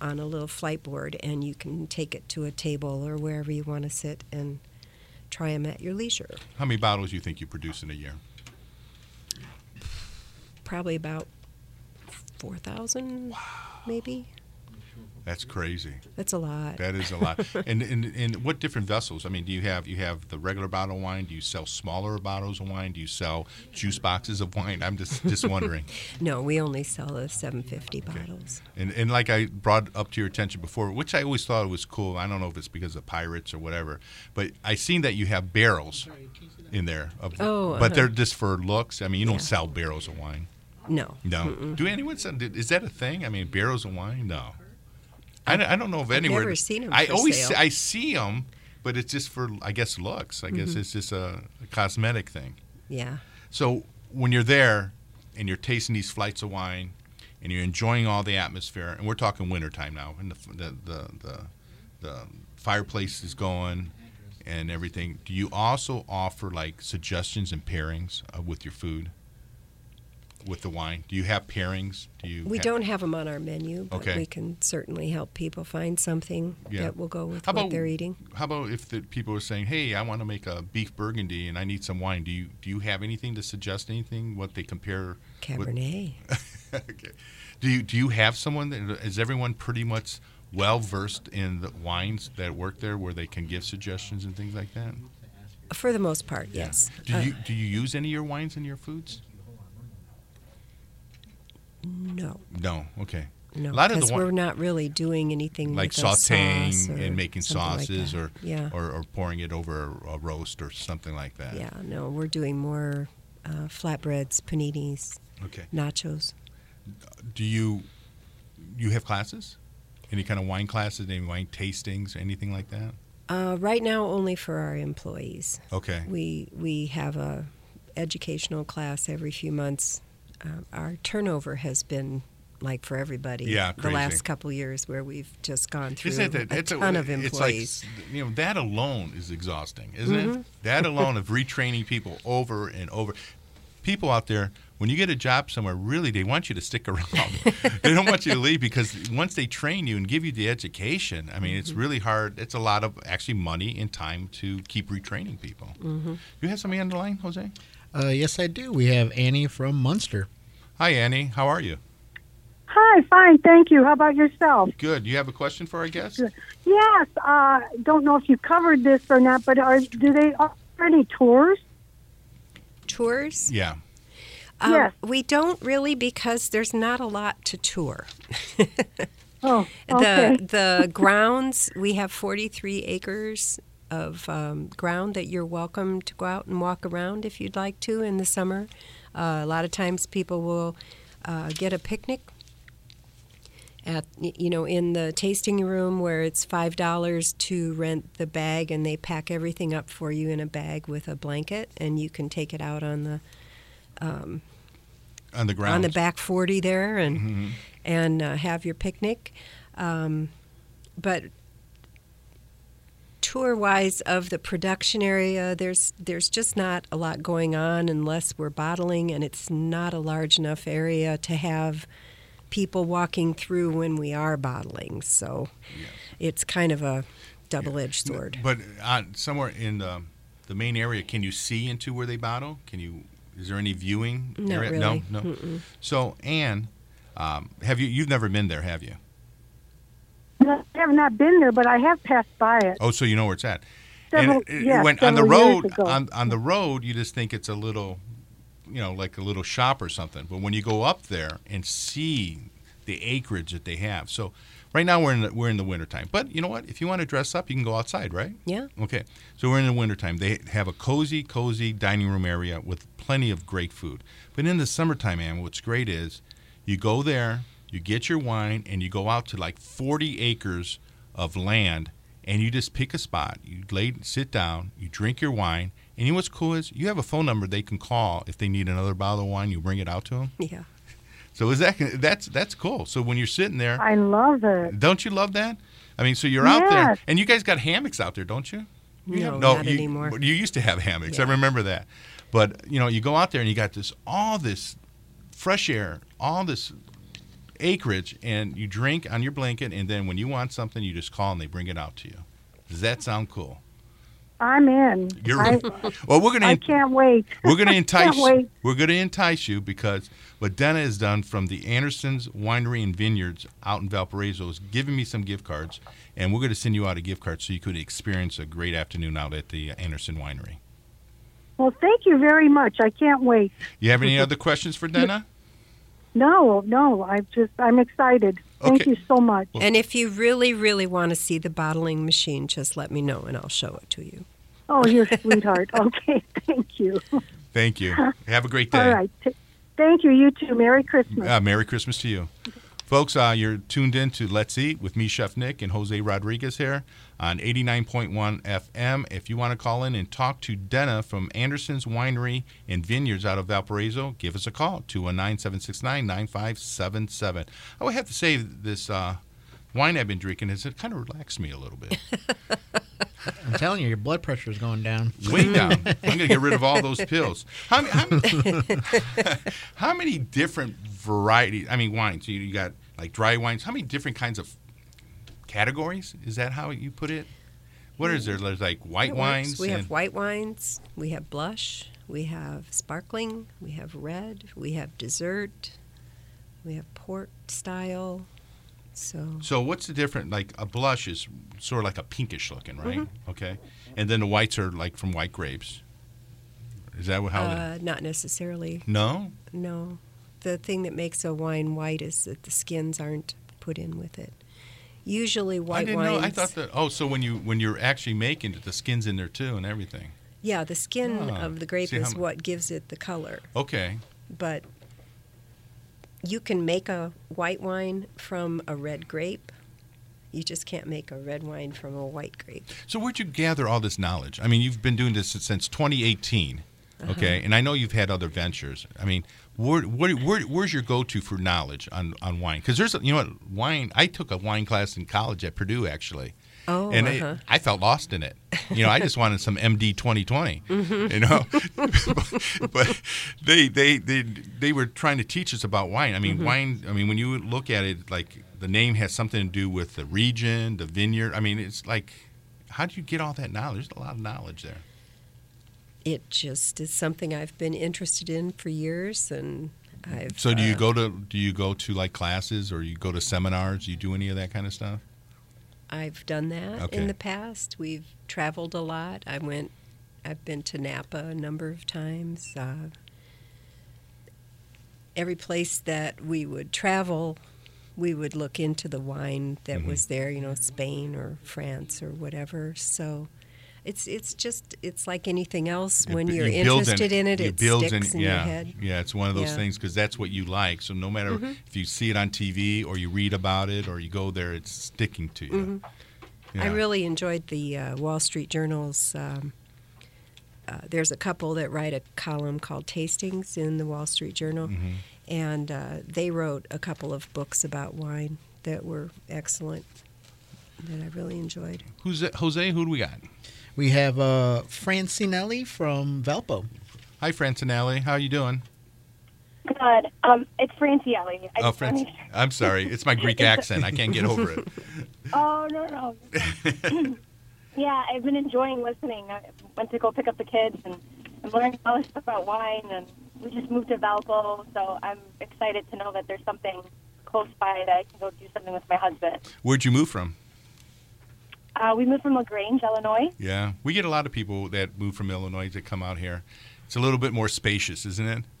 Speaker 3: on a little flight board, and you can take it to a table or wherever you want to sit and try them at your leisure.
Speaker 1: How many bottles do you think you produce in a year?
Speaker 3: Probably about four thousand, maybe.
Speaker 1: That's crazy.
Speaker 3: That's a lot.
Speaker 1: That is a lot. and, and and what different vessels? I mean, do you have you have the regular bottle of wine? Do you sell smaller bottles of wine? Do you sell juice boxes of wine? I'm just just wondering.
Speaker 3: no, we only sell the seven fifty bottles.
Speaker 1: And, and like I brought up to your attention before, which I always thought was cool. I don't know if it's because of pirates or whatever, but I seen that you have barrels in there. Of,
Speaker 3: Oh,
Speaker 1: but
Speaker 3: uh-huh.
Speaker 1: they're just for looks. I mean, you don't
Speaker 3: Yeah.
Speaker 1: sell barrels of wine.
Speaker 3: No.
Speaker 1: No. Do anyone sell? did- Is that a thing? I mean, barrels of wine? No. I, don't- I don't know of anywhere.
Speaker 3: never seen 'em
Speaker 1: I
Speaker 3: for
Speaker 1: always
Speaker 3: sale.
Speaker 1: see- I see them, but it's just for I guess looks. I
Speaker 3: Mm-hmm.
Speaker 1: guess it's just a, a cosmetic thing.
Speaker 3: Yeah.
Speaker 1: So when you're there and you're tasting these flights of wine and you're enjoying all the atmosphere, and we're talking wintertime now, and the, the, the, the, the fireplace is going and everything, do you also offer like suggestions and pairings uh, with your food? With the wine, do you have pairings? Do you?
Speaker 3: We
Speaker 1: ha-
Speaker 3: don't have them on our menu, but
Speaker 1: Okay.
Speaker 3: we can certainly help people find something
Speaker 1: Yeah.
Speaker 3: that will go with
Speaker 1: How
Speaker 3: what
Speaker 1: about-
Speaker 3: they're eating.
Speaker 1: How about if the people are saying, "Hey, I want to make a beef burgundy and I need some wine." Do you do you have anything to suggest anything? What they compare? what-
Speaker 3: Cabernet.
Speaker 1: okay. Do you do you have someone that is everyone pretty much well versed in the wines that work there, where they can give suggestions and things like that?
Speaker 3: For the most part, yes.
Speaker 1: Do
Speaker 3: Uh,
Speaker 1: you do you use any of your wines in your foods?
Speaker 3: no,
Speaker 1: No. Okay. A
Speaker 3: no.
Speaker 1: lot of the
Speaker 3: because
Speaker 1: wine-
Speaker 3: we're not really doing anything
Speaker 1: Like
Speaker 3: with a
Speaker 1: sautéing
Speaker 3: sauce or
Speaker 1: and making
Speaker 3: something like
Speaker 1: sauces,
Speaker 3: that.
Speaker 1: or,
Speaker 3: yeah,
Speaker 1: or or pouring it over a roast or something like that.
Speaker 3: yeah. No, we're doing more uh, flatbreads, paninis,
Speaker 1: Okay.
Speaker 3: nachos.
Speaker 1: Do you you have classes? Any kind of wine classes? Any wine tastings? Anything like that?
Speaker 3: Uh, right now, only for our employees.
Speaker 1: Okay.
Speaker 3: We we have a educational class every few months. Uh, our turnover has been like for everybody.
Speaker 1: Yeah,
Speaker 3: the
Speaker 1: crazy.
Speaker 3: last couple years where we've just gone through
Speaker 1: Isn't it that,
Speaker 3: a
Speaker 1: it's
Speaker 3: ton of
Speaker 1: it's
Speaker 3: employees. Mm-hmm.
Speaker 1: like, you know, that alone is exhausting, isn't it? That alone of retraining people over and over. People out there, when you get a job somewhere, really they want you to stick around. they don't want you to leave because once they train you and give you the education, I mean, it's
Speaker 3: Mm-hmm.
Speaker 1: really hard. It's a lot of actually money and time to keep retraining people.
Speaker 3: Mm-hmm.
Speaker 1: You have somebody on the line, Jose?
Speaker 2: Uh, yes, I do. We have Annie from Munster.
Speaker 1: Hi, Annie. How are you?
Speaker 5: Hi, fine, thank you. How about yourself?
Speaker 1: Good. You have a question for our guest?
Speaker 5: Yes, uh, don't know if you covered this or not, but are, Uh, do they offer any tours?
Speaker 3: Tours?
Speaker 1: Yeah.
Speaker 3: Um,
Speaker 5: Yes.
Speaker 3: We don't really because there's not a lot to tour.
Speaker 5: Oh, okay.
Speaker 3: The the grounds we have 43 acres of um, ground that you're welcome to go out and walk around if you'd like to in the summer. Uh, a lot of times people will uh, get a picnic at y- you know in the tasting room where it's five dollars to rent the bag and they pack everything up for you in a bag with a blanket and you can take it out on the um,
Speaker 1: On the ground.
Speaker 3: on the back 40 there and
Speaker 1: Mm-hmm.
Speaker 3: and uh, have your picnic. Um, but tour wise of the production area, there's there's just not a lot going on unless we're bottling, and it's not a large enough area to have people walking through when we are bottling. So it's kind of a double edged sword.
Speaker 1: But uh, somewhere in the, the main area, can you see into where they bottle? Can you? Is there any viewing?
Speaker 3: Not
Speaker 1: area?
Speaker 3: really.
Speaker 1: No, no. So, Anne, um, have you? You've never been there, have you?
Speaker 5: I have not been there, but I have passed by it.
Speaker 1: Oh, so you know where it's at.
Speaker 5: Several-
Speaker 1: and it- it-
Speaker 5: yeah,
Speaker 1: when on the
Speaker 5: several years
Speaker 1: road,
Speaker 5: ago.
Speaker 1: on, on the road, you just think it's a little, you know, like a little shop or something. But when you go up there and see the acreage that they have, so right now we're in the, we're in the wintertime. But you know what? If you want to dress up, you can go outside, right?
Speaker 3: Yeah.
Speaker 1: Okay, so we're in the wintertime. They have a cozy, cozy dining room area with plenty of great food. But in the summertime, man, what's great is you go there, you get your wine, and you go out to like 40 acres of land, and you just pick a spot. You lay, sit down, you drink your wine, and you know what's cool is you have a phone number they can call if they need another bottle of wine. You bring it out to them.
Speaker 3: Yeah.
Speaker 1: So is that that's that's cool. So when you're sitting there,
Speaker 5: I love it.
Speaker 1: don't you love that? I mean, so you're out there,
Speaker 5: Yes.
Speaker 1: and you guys got hammocks out there, don't you? You
Speaker 3: No,
Speaker 1: have-
Speaker 3: Oh, not
Speaker 1: you,
Speaker 3: anymore.
Speaker 1: but You used to have hammocks. I
Speaker 3: Yeah.
Speaker 1: remember that. But you know, you go out there and you got this all this fresh air, all this acreage, and you drink on your blanket, and then when you want something, you just call and they bring it out to you. Does that sound cool?
Speaker 5: I'm in.
Speaker 1: You're
Speaker 5: I,
Speaker 1: well. We're
Speaker 5: I
Speaker 1: gonna
Speaker 5: can't wait.
Speaker 1: we're gonna entice
Speaker 5: Can't wait.
Speaker 1: we're gonna entice you because what Dana has done from the Andersons Winery and Vineyards out in Valparaiso is giving me some gift cards, and we're gonna send you out a gift card so you could experience a great afternoon out at the Anderson Winery.
Speaker 5: Well, thank you very much. I can't wait.
Speaker 1: You have any other questions for Dana?
Speaker 5: No, no, I'm just, I'm excited. Thank
Speaker 1: Okay.
Speaker 5: you so much.
Speaker 1: Well-
Speaker 3: And if you really, really want to see the bottling machine, just let me know and I'll show it to you.
Speaker 5: Oh, you're a sweetheart. Okay, thank you.
Speaker 1: Thank you. Have a great day.
Speaker 5: All right. T- thank you. You too. Merry Christmas.
Speaker 1: Uh, Merry Christmas to you. Folks, uh, you're tuned in to Let's Eat with me, Chef Nick, and Jose Rodriguez here on 89.1 FM. If you want to call in and talk to Denna from Anderson's Winery and Vineyards out of Valparaiso, give us a call, oh 219 769 9577. I would have to say, this uh, wine I've been drinking has it kind of relaxed me a little bit.
Speaker 2: I'm telling you, your blood pressure is going down.
Speaker 1: Way down. I'm going to get rid of all those pills. How, many- how, many- how many different varieties? I mean, wines. You, you got like dry wines. How many different kinds of categories? Is that how you put it? What is there? There's like white
Speaker 3: It works.
Speaker 1: wines.
Speaker 3: We
Speaker 1: and-
Speaker 3: have white wines. We have blush. We have sparkling. We have red. We have dessert. We have port style. So
Speaker 1: So what's the difference? Like a blush is sort of like a pinkish looking, right?
Speaker 3: Mm-hmm.
Speaker 1: Okay, and then the whites are like from white grapes. Is that how?
Speaker 3: uh, not necessarily.
Speaker 1: they, no,
Speaker 3: No, the thing that makes a wine white is that the skins aren't put in with it. Usually,
Speaker 1: I
Speaker 3: white
Speaker 1: didn't
Speaker 3: wines.
Speaker 1: know. I thought that. Oh, so when you when you're actually making it, the skin's in there too and everything.
Speaker 3: yeah, the skin
Speaker 1: Ah,
Speaker 3: of the grape
Speaker 1: see how
Speaker 3: is
Speaker 1: m-
Speaker 3: what gives it the color.
Speaker 1: Okay,
Speaker 3: but you can make a white wine from a red grape. You just can't make a red wine from a white grape.
Speaker 1: so where'd you gather all this knowledge? I mean, you've been doing this since, since 2018. Okay, and I know you've had other ventures. I mean, where, where, where, where's your go-to for knowledge on, on wine? Because there's, you know what, wine. I took a wine class in college at Purdue, actually.
Speaker 3: Oh,
Speaker 1: and it- I felt lost in it. You know, I just wanted some MD 2020.
Speaker 3: Mm-hmm.
Speaker 1: You know, but they, they they they were trying to teach us about wine. I mean,
Speaker 3: Mm-hmm.
Speaker 1: wine. I mean, when you look at it, like the name has something to do with the region, the vineyard. I mean, it's like, how do you get all that knowledge? There's a lot of knowledge there.
Speaker 3: it just is something I've been interested in for years, and I've.
Speaker 1: So, do you
Speaker 3: uh,
Speaker 1: go to do you go to like classes or you go to seminars? Do you do any of that kind of stuff?
Speaker 3: I've done that
Speaker 1: Okay.
Speaker 3: in the past. We've traveled a lot. I went. I've been to Napa a number of times. Uh, every place that we would travel, we would look into the wine that
Speaker 1: Mm-hmm.
Speaker 3: was there. You know, Spain or France or whatever. So. It's, it's just it's like anything else. When
Speaker 1: bu-
Speaker 3: you're
Speaker 1: you build
Speaker 3: interested in it,
Speaker 1: you
Speaker 3: it
Speaker 1: build
Speaker 3: sticks in,
Speaker 1: yeah,
Speaker 3: your head.
Speaker 1: Yeah, it's one of those
Speaker 3: Yeah. Mm-hmm.
Speaker 1: things because that's what you like. So no matter if you see it on TV or you read about it or you go there, it's sticking to you.
Speaker 3: Mm-hmm. I
Speaker 1: Yeah.
Speaker 3: really enjoyed the uh, Wall Street Journal's. Um, uh, there's a couple that write a column called Tastings in the Wall Street Journal, and uh, they wrote a couple of books about wine that were excellent that I really enjoyed.
Speaker 1: Who's that- Jose? Who do we got?
Speaker 2: We have uh, Francinelli from Valpo.
Speaker 1: Hi, Francinelli. How you doing?
Speaker 6: Good. Um, it's Francie Alley. I
Speaker 1: oh,
Speaker 6: just- I
Speaker 1: Franc-
Speaker 6: mean-
Speaker 1: I'm sorry. It's my Greek accent. I can't get over it.
Speaker 6: oh no no. yeah, I've been enjoying listening. I went to go pick up the kids, and I'm learning all this stuff about wine. And we just moved to Valpo, so I'm excited to know that there's something close by that I can go do something with my husband.
Speaker 1: Where'd you move from?
Speaker 6: Uh, we moved from Lagrange, Illinois.
Speaker 1: Yeah, we get a lot of people that move from Illinois that come out here. It's a little bit more spacious, isn't it?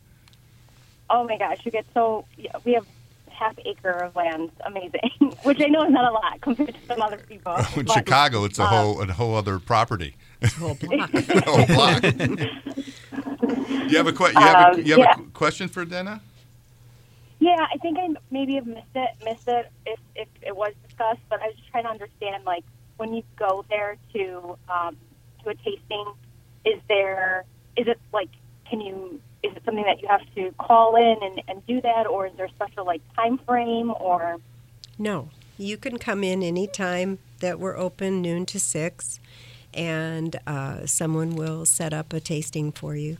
Speaker 6: Oh my gosh, you get so yeah, we have half acre of land. Amazing, which I know is not a lot compared to some other people.
Speaker 1: In
Speaker 6: but,
Speaker 1: Chicago, it's a
Speaker 6: uh,
Speaker 1: whole a whole other property.
Speaker 3: The whole block.
Speaker 1: oh, block. you have a que- you have, a,
Speaker 6: Um,
Speaker 1: you have
Speaker 6: yeah.
Speaker 1: a qu- question for Dana?
Speaker 6: Yeah, I think I maybe have missed it, missed it if, if it was discussed, but I was just trying to understand like when you go there to um, to a tasting, is there is it like can you is it something that you have to call in and, and do that, or is there a special like time frame or
Speaker 3: No, you can come in any time that we're open, noon to six, and uh, someone will set up a tasting for you.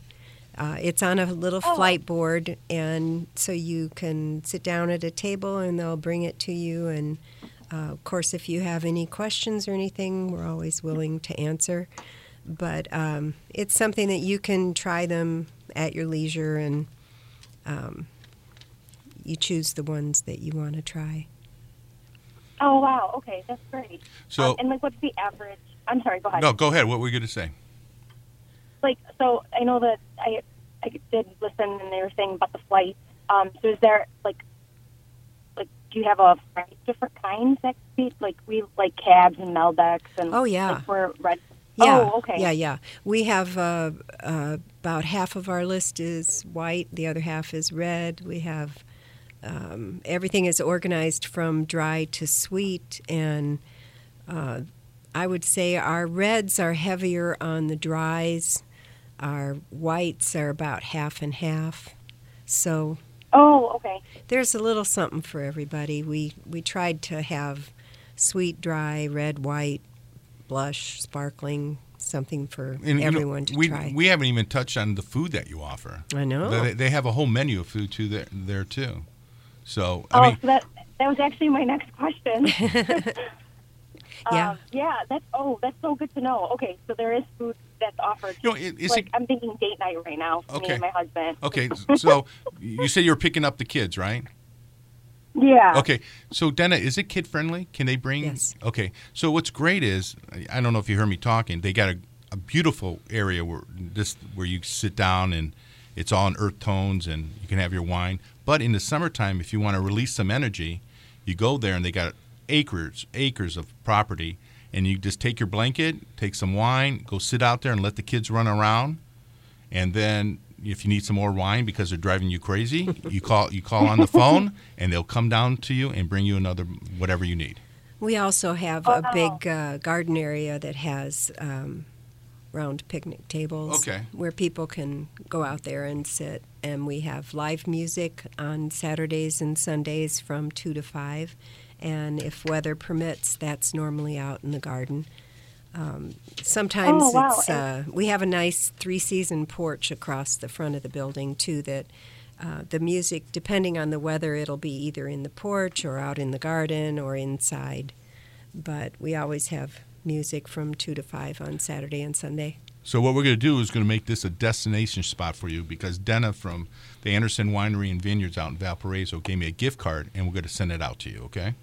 Speaker 3: Uh, it's on a little
Speaker 6: Oh.
Speaker 3: flight board, and so you can sit down at a table and they'll bring it to you. And uh, of course, if you have any questions or anything, we're always willing to answer. But um, it's something that you can try them at your leisure, and um, you choose the ones that you want to try.
Speaker 6: oh wow okay that's great
Speaker 1: So-
Speaker 6: Um, and like what's the average? I'm sorry, go ahead.
Speaker 1: No, go ahead. What were you going to say?
Speaker 6: like so i know that i i did listen and they were saying about the flight um so is there like like do you have a flight, different kinds that could be like we like cabs and meldecs and
Speaker 3: Oh, yeah.
Speaker 6: like, we're red
Speaker 3: Yeah.
Speaker 6: oh okay
Speaker 3: Yeah, yeah. We have uh, uh, about half of our list is white, the other half is red. We have um, everything is organized from dry to sweet, and uh, I would say our reds are heavier on the dries. Our whites are about half and half. So
Speaker 6: oh okay
Speaker 3: there's a little something for everybody. We we tried to have sweet, dry, red, white, blush, sparkling, something for
Speaker 1: And, you know,
Speaker 3: everyone to
Speaker 1: we,
Speaker 3: try. Oh.
Speaker 1: We haven't even touched on the food that you offer.
Speaker 3: I know.
Speaker 1: They, they have a whole menu of food too there, there too. So
Speaker 6: oh
Speaker 1: I mean,
Speaker 6: so that that was actually my next question
Speaker 3: Yeah.
Speaker 6: um, yeah that's oh that's so good to know okay so there is food that's offered
Speaker 1: you know, i- is
Speaker 6: like
Speaker 1: it
Speaker 6: i'm thinking date night right now for me
Speaker 1: Okay.
Speaker 6: and my husband
Speaker 1: okay? So you said you were picking up the kids, right?
Speaker 5: Yeah.
Speaker 1: Okay, so Denna, is it kid friendly? Can they bring?
Speaker 3: Yes.
Speaker 1: Okay, so what's great is I- I don't know if you heard me talking. They got a, a beautiful area where this where you sit down and it's all in earth tones and you can have your wine. But in the summertime, if you want to release some energy, you go there and they got acres acres of property, and you just take your blanket, take some wine, go sit out there and let the kids run around, and then. If you need some more wine because they're driving you crazy, you call you call on the phone and they'll come down to you and bring you another whatever you need.
Speaker 3: We also have a big uh, garden area that has um, round picnic tables
Speaker 1: Okay.
Speaker 3: where people can go out there and sit. And we have live music on Saturdays and Sundays from 2 to 5. And if weather permits, that's normally out in the garden. Um, sometimes
Speaker 6: Oh, wow.
Speaker 3: it's uh, we have a nice three season porch across the front of the building too that uh, the music, depending on the weather, it'll be either in the porch or out in the garden or inside. But we always have music from 2 to 5 on Saturday and Sunday.
Speaker 1: So what we're going to do is going to make this a destination spot for you because Denna from the Anderson Winery and Vineyards out in Valparaiso gave me a gift card and we're going to send it out to you. Okay.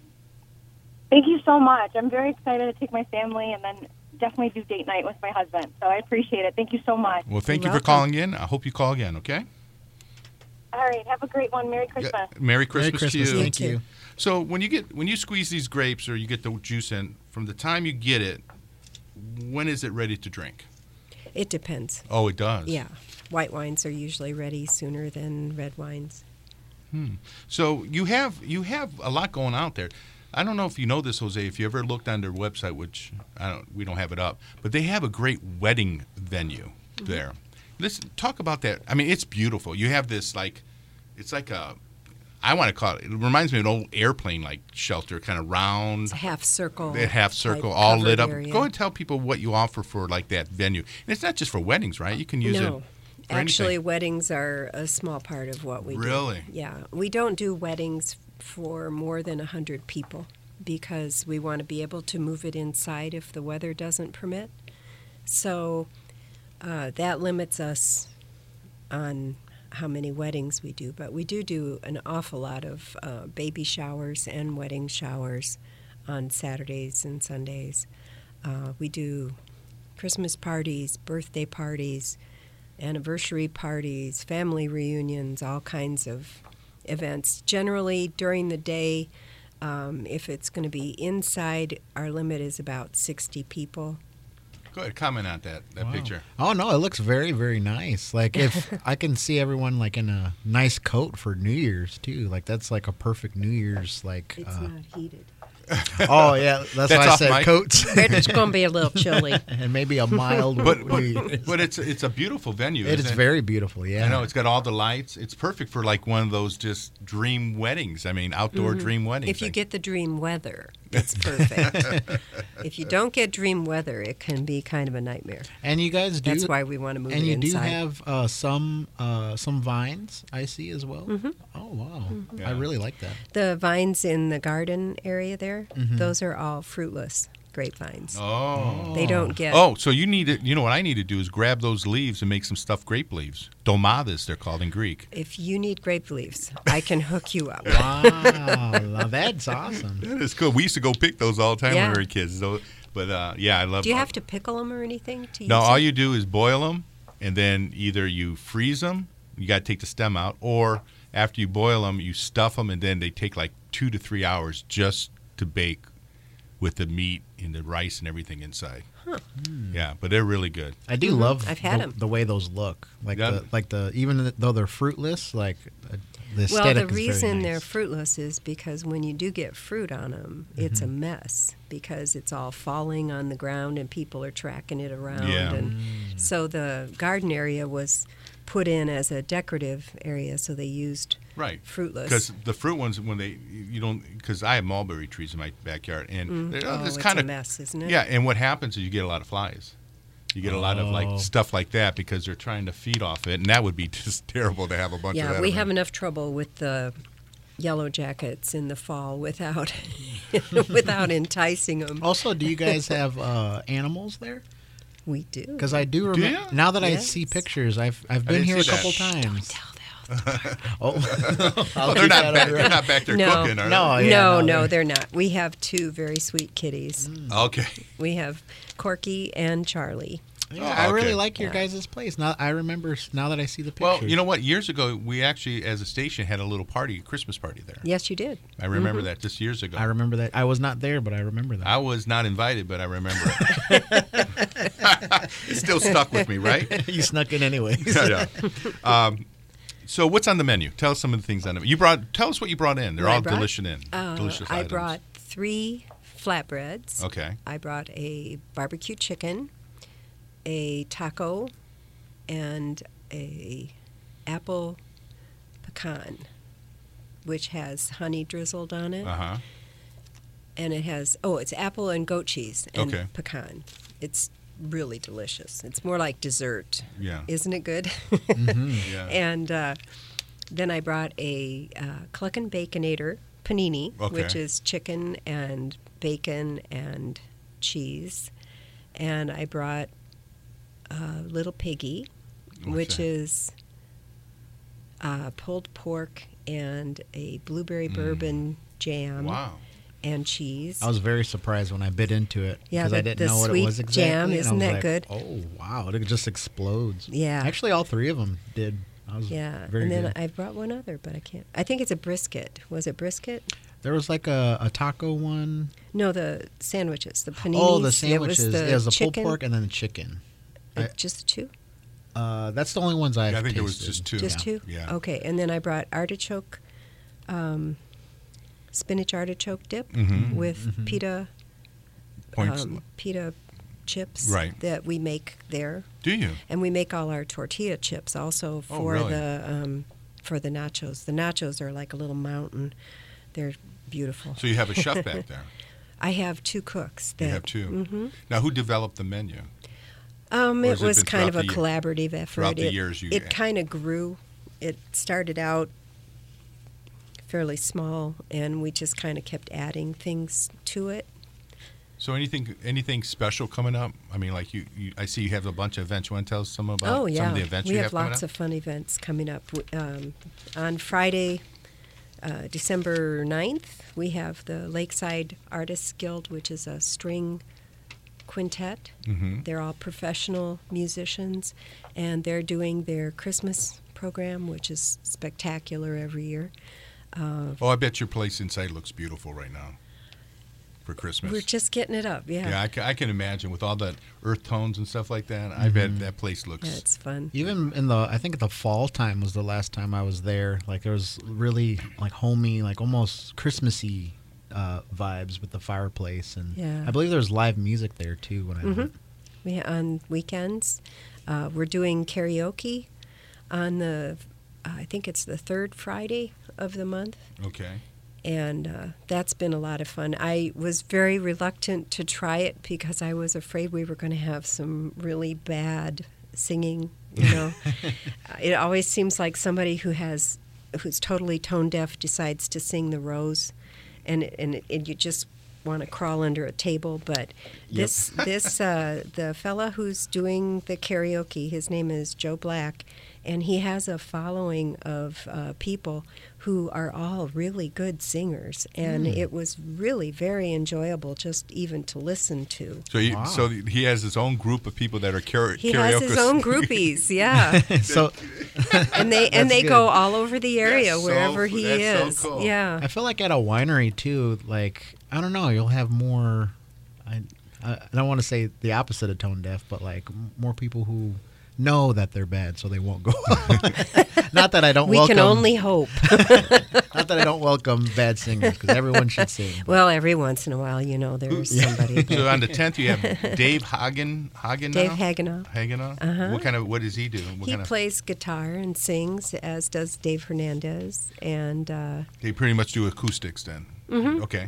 Speaker 6: Thank you so much. I'm very excited to take my family and then definitely do date night with my husband. So I appreciate it. Thank you so much.
Speaker 1: Well, thank
Speaker 3: You're
Speaker 1: you for
Speaker 3: welcome.
Speaker 1: calling in. I hope you call again. Okay.
Speaker 6: All right. Have a great one. Merry
Speaker 1: Yeah,
Speaker 6: Christmas.
Speaker 1: Merry Christmas,
Speaker 2: Merry Christmas.
Speaker 1: to you.
Speaker 2: Thank
Speaker 3: You
Speaker 2: you.
Speaker 3: too.
Speaker 1: So when you get when you squeeze these grapes or you get the juice in, from the time you get it, when is it ready to drink?
Speaker 3: It depends.
Speaker 1: Oh, it does.
Speaker 3: Yeah. White wines are usually ready sooner than red wines.
Speaker 1: So you have you have a lot going out there. I don't know if you know this, Jose. If you ever looked on their website, which I don't, we don't have it up, but they have a great wedding venue
Speaker 3: Mm-hmm.
Speaker 1: there. Listen, talk about that. I mean, it's beautiful. You have this like, it's like a, I want to call it. It reminds me of an old airplane like shelter, kind of round,
Speaker 3: It's a half circle.
Speaker 1: that half circle,
Speaker 3: type
Speaker 1: all
Speaker 3: covered
Speaker 1: lit up.
Speaker 3: area.
Speaker 1: Go ahead and tell people what you offer for like that venue. And it's not just for weddings, right? You can use
Speaker 3: No.
Speaker 1: it. for
Speaker 3: Actually,
Speaker 1: anything.
Speaker 3: weddings are a small part of what we do.
Speaker 1: Really?
Speaker 3: Yeah. We don't do weddings for more than 100 people because we want to be able to move it inside if the weather doesn't permit. So uh, that limits us on how many weddings we do, but we do do an awful lot of uh, baby showers and wedding showers on Saturdays and Sundays. Uh, we do Christmas parties, birthday parties, anniversary parties, family reunions, all kinds of events. Generally, during the day, um, if it's going to be inside, our limit is about 60 people.
Speaker 1: go ahead, comment on that that picture.
Speaker 2: Oh no, it looks very very nice. Like if I can see everyone like in a nice coat for New Year's too. Like that's like a perfect New Year's like.
Speaker 3: It's
Speaker 2: Uh,
Speaker 3: not heated.
Speaker 2: oh yeah, that's,
Speaker 1: That's
Speaker 2: why I
Speaker 1: off
Speaker 2: said
Speaker 1: mic.
Speaker 2: coats
Speaker 7: It's going to be a little chilly.
Speaker 2: and maybe a mild.
Speaker 1: But
Speaker 2: New
Speaker 1: but,
Speaker 2: Year's.
Speaker 1: but it's it's a beautiful venue.
Speaker 2: it
Speaker 1: isn't
Speaker 2: is very beautiful. Yeah.
Speaker 1: I know it's got all the lights. It's perfect for like one of those just dream weddings. I mean, outdoor dream weddings.
Speaker 3: Mm-hmm. If you get the dream weather, it's perfect. if you don't get dream weather, it can be kind of a nightmare.
Speaker 2: and you guys do.
Speaker 3: That's why we want to move
Speaker 2: and
Speaker 3: it
Speaker 2: you do
Speaker 3: inside.
Speaker 2: have uh, some uh, some vines I see as well.
Speaker 3: Mm-hmm.
Speaker 2: Oh wow, I
Speaker 1: Yeah.
Speaker 2: really like that.
Speaker 3: the vines in the garden area there,
Speaker 2: Mm-hmm.
Speaker 3: those are all fruitless grapevines.
Speaker 1: oh.
Speaker 3: They don't get
Speaker 1: Oh, so you need to, you know what I need to do is grab those leaves and make some stuffed grape leaves. Domadas, they're called in Greek.
Speaker 3: If you need grape leaves, I can hook you up.
Speaker 2: Wow, now that's awesome.
Speaker 1: That is cool. We used to go pick those all the time when
Speaker 3: Yeah.
Speaker 1: we were kids. So, but uh, yeah, I love.
Speaker 3: Do you have to pickle them or anything to
Speaker 1: No,
Speaker 3: use
Speaker 1: all
Speaker 3: it?
Speaker 1: you do is boil them, and then either you freeze them. You got to take the stem out, or after you boil them, you stuff them, and then they take like two to three hours just to bake with the meat and the rice and everything inside. Hmm. Yeah, but they're really good.
Speaker 2: I do love
Speaker 3: Mm-hmm. I've had
Speaker 2: the,
Speaker 3: 'em.
Speaker 2: the way those look. Like
Speaker 1: Yeah.
Speaker 2: the like the even though they're fruitless, like uh, the aesthetic
Speaker 3: Well, the
Speaker 2: is very
Speaker 3: reason
Speaker 2: nice.
Speaker 3: they're fruitless is because when you do get fruit on them, it's a
Speaker 1: Mm-hmm.
Speaker 3: mess because it's all falling on the ground and people are tracking it around.
Speaker 1: Yeah.
Speaker 3: And so the garden area was put in as a decorative area, so they used
Speaker 1: Right.
Speaker 3: fruitless.
Speaker 1: Because the fruit ones, when they you don't, because I have mulberry trees in my backyard, and they're-
Speaker 3: Oh,
Speaker 1: it's
Speaker 3: it's,
Speaker 1: kind
Speaker 3: a
Speaker 1: of
Speaker 3: mess, isn't it?
Speaker 1: yeah. And what happens is you get a lot of flies. You get a lot of
Speaker 2: Oh.
Speaker 1: like stuff like that because they're trying to feed off it, and that would be just terrible to have a bunch of
Speaker 3: Yeah,
Speaker 1: that.
Speaker 3: we
Speaker 1: around.
Speaker 3: have enough trouble with the yellow jackets in the fall without without enticing them.
Speaker 2: Also, do you guys have uh, animals there?
Speaker 3: We do.
Speaker 2: Because I do remember.
Speaker 1: ya?
Speaker 2: Now that I
Speaker 3: Yes.
Speaker 2: see pictures, I've I've been
Speaker 1: didn't
Speaker 2: here a
Speaker 1: see that.
Speaker 2: couple times.
Speaker 3: Tell them.
Speaker 2: Oh,
Speaker 1: Oh, they're not back. They're not back there
Speaker 3: No.
Speaker 1: cooking, are
Speaker 2: No, yeah, no,
Speaker 3: no, no,
Speaker 2: they're-
Speaker 3: they're not. We have two very sweet kitties.
Speaker 1: they? Okay.
Speaker 3: We have Corky and Charlie.
Speaker 2: Yeah,
Speaker 1: Oh,
Speaker 2: I really
Speaker 1: okay.
Speaker 2: like your
Speaker 3: Yeah.
Speaker 2: guys' place. Now I remember s- now that I see the picture.
Speaker 1: Well, you know what? Years ago, we actually, as a station, had a little party, a Christmas party there.
Speaker 3: Yes, you did.
Speaker 1: I
Speaker 3: Mm-hmm.
Speaker 1: remember that just years ago.
Speaker 2: I remember that. I was not there, but I remember that.
Speaker 1: I was not invited, but I remember it. it still stuck with me, right?
Speaker 2: you snuck in anyway.
Speaker 1: Yeah, yeah. Um, so what's on the menu? Tell us some of the things on the menu. You brought. Tell us what you brought in. They're
Speaker 3: What I
Speaker 1: all
Speaker 3: brought?
Speaker 1: delicious in.
Speaker 3: Uh,
Speaker 1: delicious
Speaker 3: I
Speaker 1: items. Oh.
Speaker 3: brought three flatbreads.
Speaker 1: Okay.
Speaker 3: I brought a barbecue chicken, a taco, and a apple pecan, which has honey drizzled on it,
Speaker 1: Uh huh.
Speaker 3: and it has oh, it's apple and goat cheese and
Speaker 1: Okay.
Speaker 3: pecan. It's really delicious. It's more like dessert,
Speaker 1: Yeah. Mm-hmm.
Speaker 3: isn't it? Good.
Speaker 1: yeah.
Speaker 3: And uh, then I brought a uh, Cluck and Baconator panini,
Speaker 1: Okay.
Speaker 3: which is chicken and bacon and cheese. And I brought uh, Little Piggy, which
Speaker 1: Okay.
Speaker 3: is uh, pulled pork and a blueberry bourbon jam
Speaker 1: Mm. wow.
Speaker 3: and cheese.
Speaker 2: I was very surprised when I bit into it
Speaker 3: Yeah,
Speaker 2: because I
Speaker 3: the-
Speaker 2: didn't
Speaker 3: the
Speaker 2: know what it
Speaker 3: sweet
Speaker 2: was exactly.
Speaker 3: jam,
Speaker 2: and I
Speaker 3: isn't
Speaker 2: was
Speaker 3: that
Speaker 2: like,
Speaker 3: good?
Speaker 2: Oh wow, it just explodes.
Speaker 3: Yeah.
Speaker 2: actually, all three of them did. I was
Speaker 3: yeah,
Speaker 2: very
Speaker 3: and then
Speaker 2: good.
Speaker 3: I brought one other, but I can't. I think it's a brisket. Was it brisket?
Speaker 2: there was like a, a taco one.
Speaker 3: No, the sandwiches, the paninis.
Speaker 2: oh, the
Speaker 3: It was
Speaker 2: sandwiches.
Speaker 3: the
Speaker 2: it was the pulled
Speaker 3: chicken.
Speaker 2: pork and then the chicken.
Speaker 3: Uh,
Speaker 2: I-
Speaker 3: just two?
Speaker 2: Uh, that's the only ones I've
Speaker 1: Yeah, I think there was
Speaker 2: tasted.
Speaker 1: just two.
Speaker 3: Just
Speaker 1: yeah.
Speaker 3: two?
Speaker 1: Yeah.
Speaker 3: Okay. And then I brought artichoke, um, spinach artichoke dip
Speaker 1: Mhm.
Speaker 3: with pita,
Speaker 1: Points.
Speaker 3: um, pita chips
Speaker 1: Right.
Speaker 3: that we make there,
Speaker 1: Do you?
Speaker 3: and we make all our tortilla chips also
Speaker 1: Oh,
Speaker 3: for
Speaker 1: really?
Speaker 3: the um, for the nachos. The nachos are like a little mountain. They're beautiful.
Speaker 1: So you have a chef back there.
Speaker 3: I have two cooks. That,
Speaker 1: You have 2
Speaker 3: hmm
Speaker 1: Now, who developed the menu?
Speaker 3: Um,
Speaker 1: Or
Speaker 3: it
Speaker 1: has it
Speaker 3: was
Speaker 1: been
Speaker 3: kind of a
Speaker 1: throughout the-
Speaker 3: collaborative effort.
Speaker 1: throughout the
Speaker 3: it,
Speaker 1: years you-
Speaker 3: it kind of grew. It started out fairly small, and we just kind of kept adding things to it.
Speaker 1: So anything anything special coming up? I mean, like you, you I see you have a bunch of events. You want to tell us some about
Speaker 3: oh yeah,
Speaker 1: some of the events
Speaker 3: we
Speaker 1: you
Speaker 3: have,
Speaker 1: have, coming
Speaker 3: lots
Speaker 1: up?
Speaker 3: of fun events coming up. W- Um, on Friday, uh, December 9th, we have the Lakeside Artists Guild, which is a string quintet.
Speaker 1: Mhm.
Speaker 3: They're all professional musicians, and they're doing their Christmas program, which is spectacular every year. Uh,
Speaker 1: Oh, I bet your place inside looks beautiful right now for Christmas.
Speaker 3: we're just getting it up, yeah.
Speaker 1: yeah, I ca- I can, imagine with all the earth tones and stuff like that. I bet that place looks.
Speaker 3: Yeah, it's fun.
Speaker 2: Even in the, I think the fall time was the last time I was there. Like there was really like homey, like almost Christmassy uh, vibes with the fireplace, and
Speaker 3: Yeah. Mm-hmm.
Speaker 2: I believe there was live music there too. When I went.
Speaker 3: We, on weekends, uh, we're doing karaoke on the, uh, I think it's the third Friday of the month,
Speaker 1: okay.
Speaker 3: and uh, that's been a lot of fun. I was very reluctant to try it because I was afraid we were going to have some really bad singing. You know, it always seems like somebody who has, who's totally tone deaf, decides to sing the rose, and and, and you just want to crawl under a table. But this this uh, the fella who's doing the karaoke, his name is Joe Black, and he has a following of uh, people who are all really good singers, and
Speaker 1: Mm.
Speaker 3: it was really very enjoyable just even to listen to.
Speaker 1: So you,
Speaker 2: Wow.
Speaker 1: so he has his own group of people that are karaoke.
Speaker 3: He has his own groupies, yeah,
Speaker 2: so
Speaker 3: and they and
Speaker 2: That's
Speaker 3: they go
Speaker 2: good.
Speaker 3: all over the area
Speaker 1: That's so
Speaker 3: wherever
Speaker 1: cool.
Speaker 3: he
Speaker 1: That's
Speaker 3: is.
Speaker 1: so cool.
Speaker 3: Yeah,
Speaker 2: I feel like at a winery too. Like I don't know, you'll have more. I I don't want to say the opposite of tone deaf, but like m- more people who know that they're bad, so they won't go. not that I don't.
Speaker 3: we
Speaker 2: welcome,
Speaker 3: can only hope.
Speaker 2: Not that I don't welcome bad singers because everyone should sing.
Speaker 3: well, every once in a while, you know, there's somebody.
Speaker 1: so on the tenth, you have Dave Hagen Hagen.
Speaker 3: Dave Hagenow.
Speaker 1: Hagenow.
Speaker 3: Uh-huh.
Speaker 1: What kind of what does he do? What
Speaker 3: he
Speaker 1: kind
Speaker 3: plays guitar and sings, as does Dave Hernandez. And uh,
Speaker 1: of, they pretty much do acoustics then.
Speaker 3: Mm-hmm.
Speaker 1: Okay.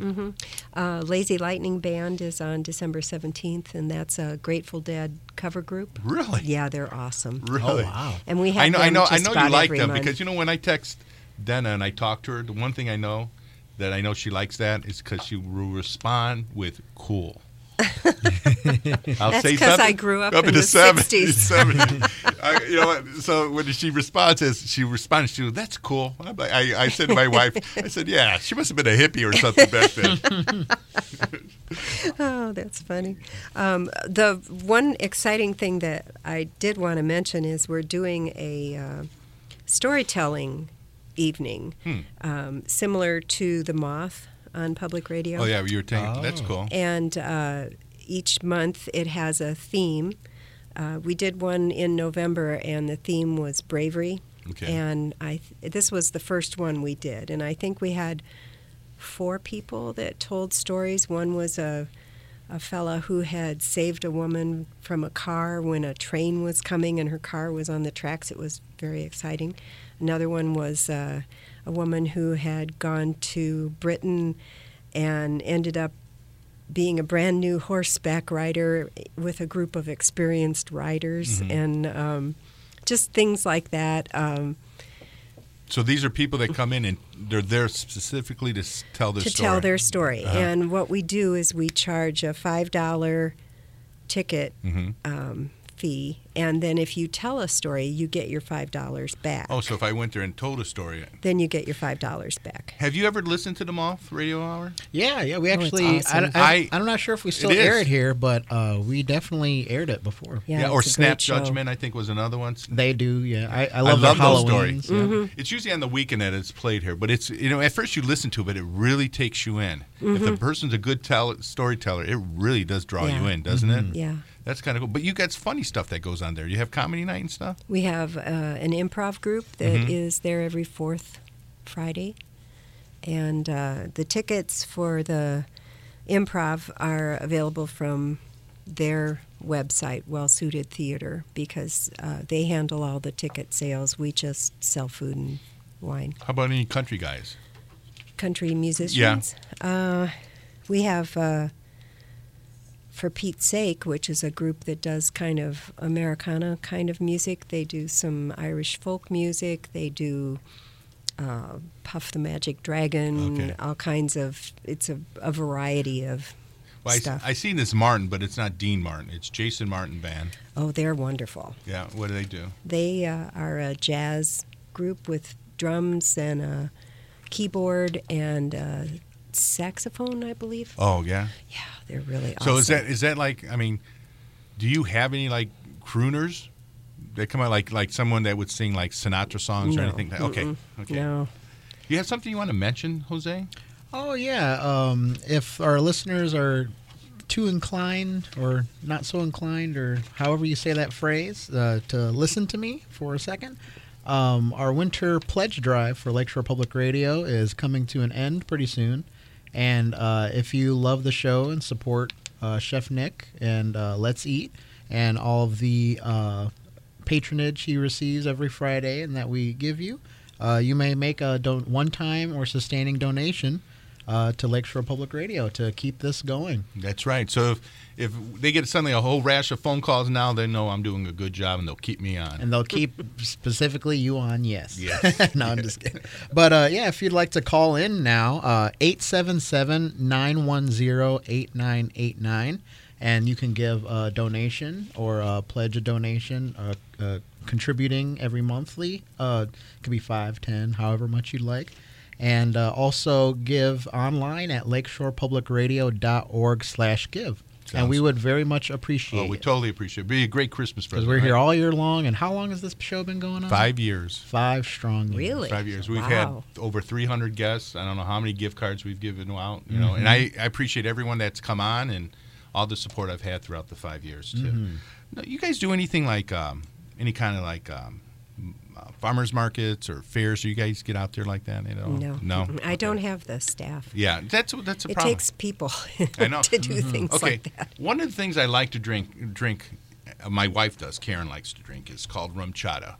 Speaker 3: uh, Lazy Lightning Band is on December 17th, and that's a Grateful Dead cover group.
Speaker 1: Really.
Speaker 3: Yeah, they're awesome.
Speaker 2: Oh
Speaker 1: Really.
Speaker 2: wow!
Speaker 3: And we have
Speaker 1: I know,
Speaker 3: them
Speaker 1: I know, I
Speaker 3: just
Speaker 1: know you
Speaker 3: about
Speaker 1: like
Speaker 3: every
Speaker 1: them
Speaker 3: month.
Speaker 1: because you know when I text Dana and I talk to her, the one thing I know that I know she likes that is because she will respond with cool. I'll
Speaker 3: That's
Speaker 1: say
Speaker 3: 'cause I
Speaker 1: something
Speaker 3: grew up
Speaker 1: up
Speaker 3: in the
Speaker 1: 70s.
Speaker 3: 60s.
Speaker 1: 70s. I, you know what? So when she responds, as she responds to, "That's cool." I'm like, I, I said to my wife, "I said, yeah, she must have been a hippie or something back then."
Speaker 3: Oh, that's funny. Um, the one exciting thing that I did want to mention is we're doing a uh, storytelling evening,
Speaker 1: Hmm.
Speaker 3: um, similar to the Moth on public radio.
Speaker 1: Oh yeah, you were taking. That's
Speaker 2: Oh.
Speaker 1: cool.
Speaker 3: And uh, each month it has a theme. Uh, we did one in November, and the theme was bravery.
Speaker 1: Okay.
Speaker 3: And I th- this was the first one we did, and I think we had four people that told stories. One was a a fella who had saved a woman from a car when a train was coming and her car was on the tracks. It was very exciting. Another one was uh, a woman who had gone to Britain and ended up being a brand new horseback rider with a group of experienced riders and um, just things like that. Um,
Speaker 1: So these are people that come in and they're there specifically to s- tell their
Speaker 3: to
Speaker 1: story.
Speaker 3: tell their story. And what we do is we charge a five dollar ticket um, fee, and then if you tell a story, you get your five dollars back.
Speaker 1: Oh, so if I went there and told a story,
Speaker 3: Then you get your five dollars back.
Speaker 1: have you ever listened to the Moth Radio Hour?
Speaker 2: Yeah, yeah. We
Speaker 3: Oh, it's
Speaker 2: actually,
Speaker 3: awesome.
Speaker 2: I,
Speaker 1: I-
Speaker 2: I, am not sure if we still
Speaker 1: It is.
Speaker 2: air it here, but uh, we definitely aired it before.
Speaker 3: Yeah,
Speaker 1: or
Speaker 3: it's a
Speaker 1: Snap
Speaker 3: great show.
Speaker 1: Judgment, I think was another one.
Speaker 2: They do. Yeah, I,
Speaker 1: I
Speaker 2: I love,
Speaker 1: love
Speaker 2: the
Speaker 1: those
Speaker 2: Halloween.
Speaker 1: stories.
Speaker 3: Mm-hmm.
Speaker 1: It's usually on the weekend that it's played here, but it's you know at first you listen to it, but it really takes you in. If the person's a good tell- storyteller, it really does draw
Speaker 3: Mm-hmm. Yeah.
Speaker 1: you in, doesn't it?
Speaker 3: Yeah.
Speaker 1: That's kind of cool. But you got funny stuff that goes on there. You have comedy night and stuff.
Speaker 3: We have uh, an improv group that is there every fourth Friday, and uh, the tickets for the improv are available from their website, Well Suited Theater, because uh, they handle all the ticket sales. We just sell food and wine.
Speaker 1: How about any country guys?
Speaker 3: Country musicians. Uh, we have. Uh, for Pete's Sake, which is a group that does kind of Americana kind of music. They do some Irish folk music. They do uh, Puff the Magic Dragon.
Speaker 1: Okay.
Speaker 3: All kinds of. It's a, a variety of
Speaker 1: Well, I, s-
Speaker 3: stuff.
Speaker 1: I seen this Martin, but it's not Dean Martin. It's Jason Martin band.
Speaker 3: oh, they're wonderful.
Speaker 1: Yeah, what do they do?
Speaker 3: They uh, are a jazz group with drums and a keyboard and a saxophone, I believe.
Speaker 1: Oh yeah.
Speaker 3: Yeah, they're really awesome.
Speaker 1: So is that is that like I mean, do you have any like crooners that come out like like someone that would sing like Sinatra songs or
Speaker 3: No.
Speaker 1: anything? Like, okay, okay.
Speaker 3: No.
Speaker 1: You have something you want to mention, Jose?
Speaker 2: Oh yeah. Um, if our listeners are too inclined or not so inclined, or however you say that phrase, uh, to listen to me for a second, um, our winter pledge drive for Lakeshore Public Radio is coming to an end pretty soon. And uh, if you love the show and support uh, Chef Nick and uh, Let's Eat and all of the uh, patronage he receives every Friday and that we give you, uh, you may make a don- one-time or sustaining donation uh, to Lakeshore Public Radio to keep this going.
Speaker 1: That's right. So if if they get suddenly a whole rash of phone calls now, they know I'm doing a good job and they'll keep me on.
Speaker 2: and they'll keep specifically you on yes.
Speaker 1: Yes.
Speaker 2: no, I'm just kidding. But uh, yeah, if you'd like to call in now, uh, 877 910 8989, and you can give a donation or uh, pledge a donation, uh, uh, contributing every monthly. Uh, it could be five, ten, however much you'd like. And uh, also give online at lakeshorepublicradio.org slash give. And we
Speaker 1: Sounds-
Speaker 2: would very much appreciate
Speaker 1: Oh, we
Speaker 2: it.
Speaker 1: totally appreciate it. Be a great Christmas
Speaker 2: Because
Speaker 1: present.
Speaker 2: we're here
Speaker 1: right?
Speaker 2: all year long, and how long has this show been going on?
Speaker 1: five years.
Speaker 2: Five strong years.
Speaker 3: Really?
Speaker 1: Five years. We've
Speaker 3: Wow.
Speaker 1: had over 300 guests. I don't know how many gift cards we've given out. You know, and I,
Speaker 3: Mm-hmm.
Speaker 1: I appreciate everyone that's come on and all the support I've had throughout the five years too.
Speaker 3: Mm-hmm.
Speaker 1: Now, you guys do anything like um, any kind of like um, uh, farmers markets or fairs? Do you guys get out there like that at all?
Speaker 3: No.
Speaker 1: Oh, no.
Speaker 3: Mm-mm. I don't have the staff.
Speaker 1: Yeah, that's that's a
Speaker 3: It
Speaker 1: problem.
Speaker 3: takes people
Speaker 1: I know. Mm-hmm.
Speaker 3: to do things
Speaker 1: Mm, okay.
Speaker 3: like that.
Speaker 1: One of the things I like to drink drink uh, my wife does, Karen likes to drink is called rum chata.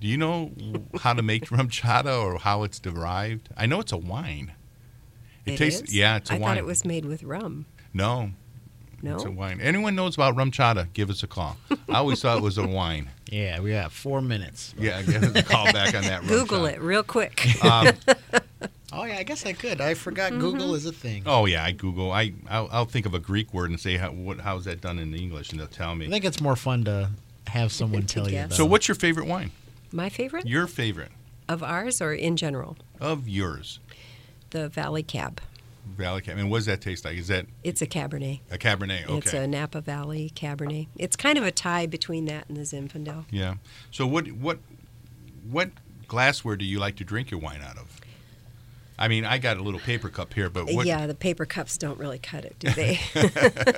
Speaker 1: Do you know how to make rum chata or how it's derived? I know it's a wine. It, tastes
Speaker 3: is?
Speaker 1: yeah, it's a
Speaker 3: I
Speaker 1: wine.
Speaker 3: thought it was made with rum.
Speaker 1: no,
Speaker 3: No,
Speaker 1: it's a wine. Anyone knows about rum chata, give us a call. I always thought it was a wine.
Speaker 2: Yeah, we have four minutes.
Speaker 1: Yeah, give us a call back on that rum
Speaker 3: Google
Speaker 1: chata.
Speaker 3: it real quick.
Speaker 1: Uh,
Speaker 2: Oh yeah, I guess I could. I forgot
Speaker 3: Mm-hmm.
Speaker 2: Google is a thing.
Speaker 1: Oh yeah, I Google. I I'll, I'll think of a Greek word and say how what how's that done in English and they'll tell me.
Speaker 2: I think it's more fun to have someone
Speaker 3: To
Speaker 2: tell you.
Speaker 3: guess.
Speaker 2: Though.
Speaker 1: So, what's your favorite wine?
Speaker 3: My favorite
Speaker 1: Your favorite
Speaker 3: of ours or in general,
Speaker 1: of yours,
Speaker 3: the Valley Cab.
Speaker 1: Valley Cab. And what does that taste like? Is that
Speaker 3: It's a Cabernet.
Speaker 1: a Cabernet? Okay.
Speaker 3: It's a Napa Valley Cabernet. It's kind of a tie between that and the Zinfandel.
Speaker 1: yeah. So, what what what glassware do you like to drink your wine out of? I mean, I got a little paper cup here, but what?
Speaker 3: Yeah, the paper cups don't really cut it, do they?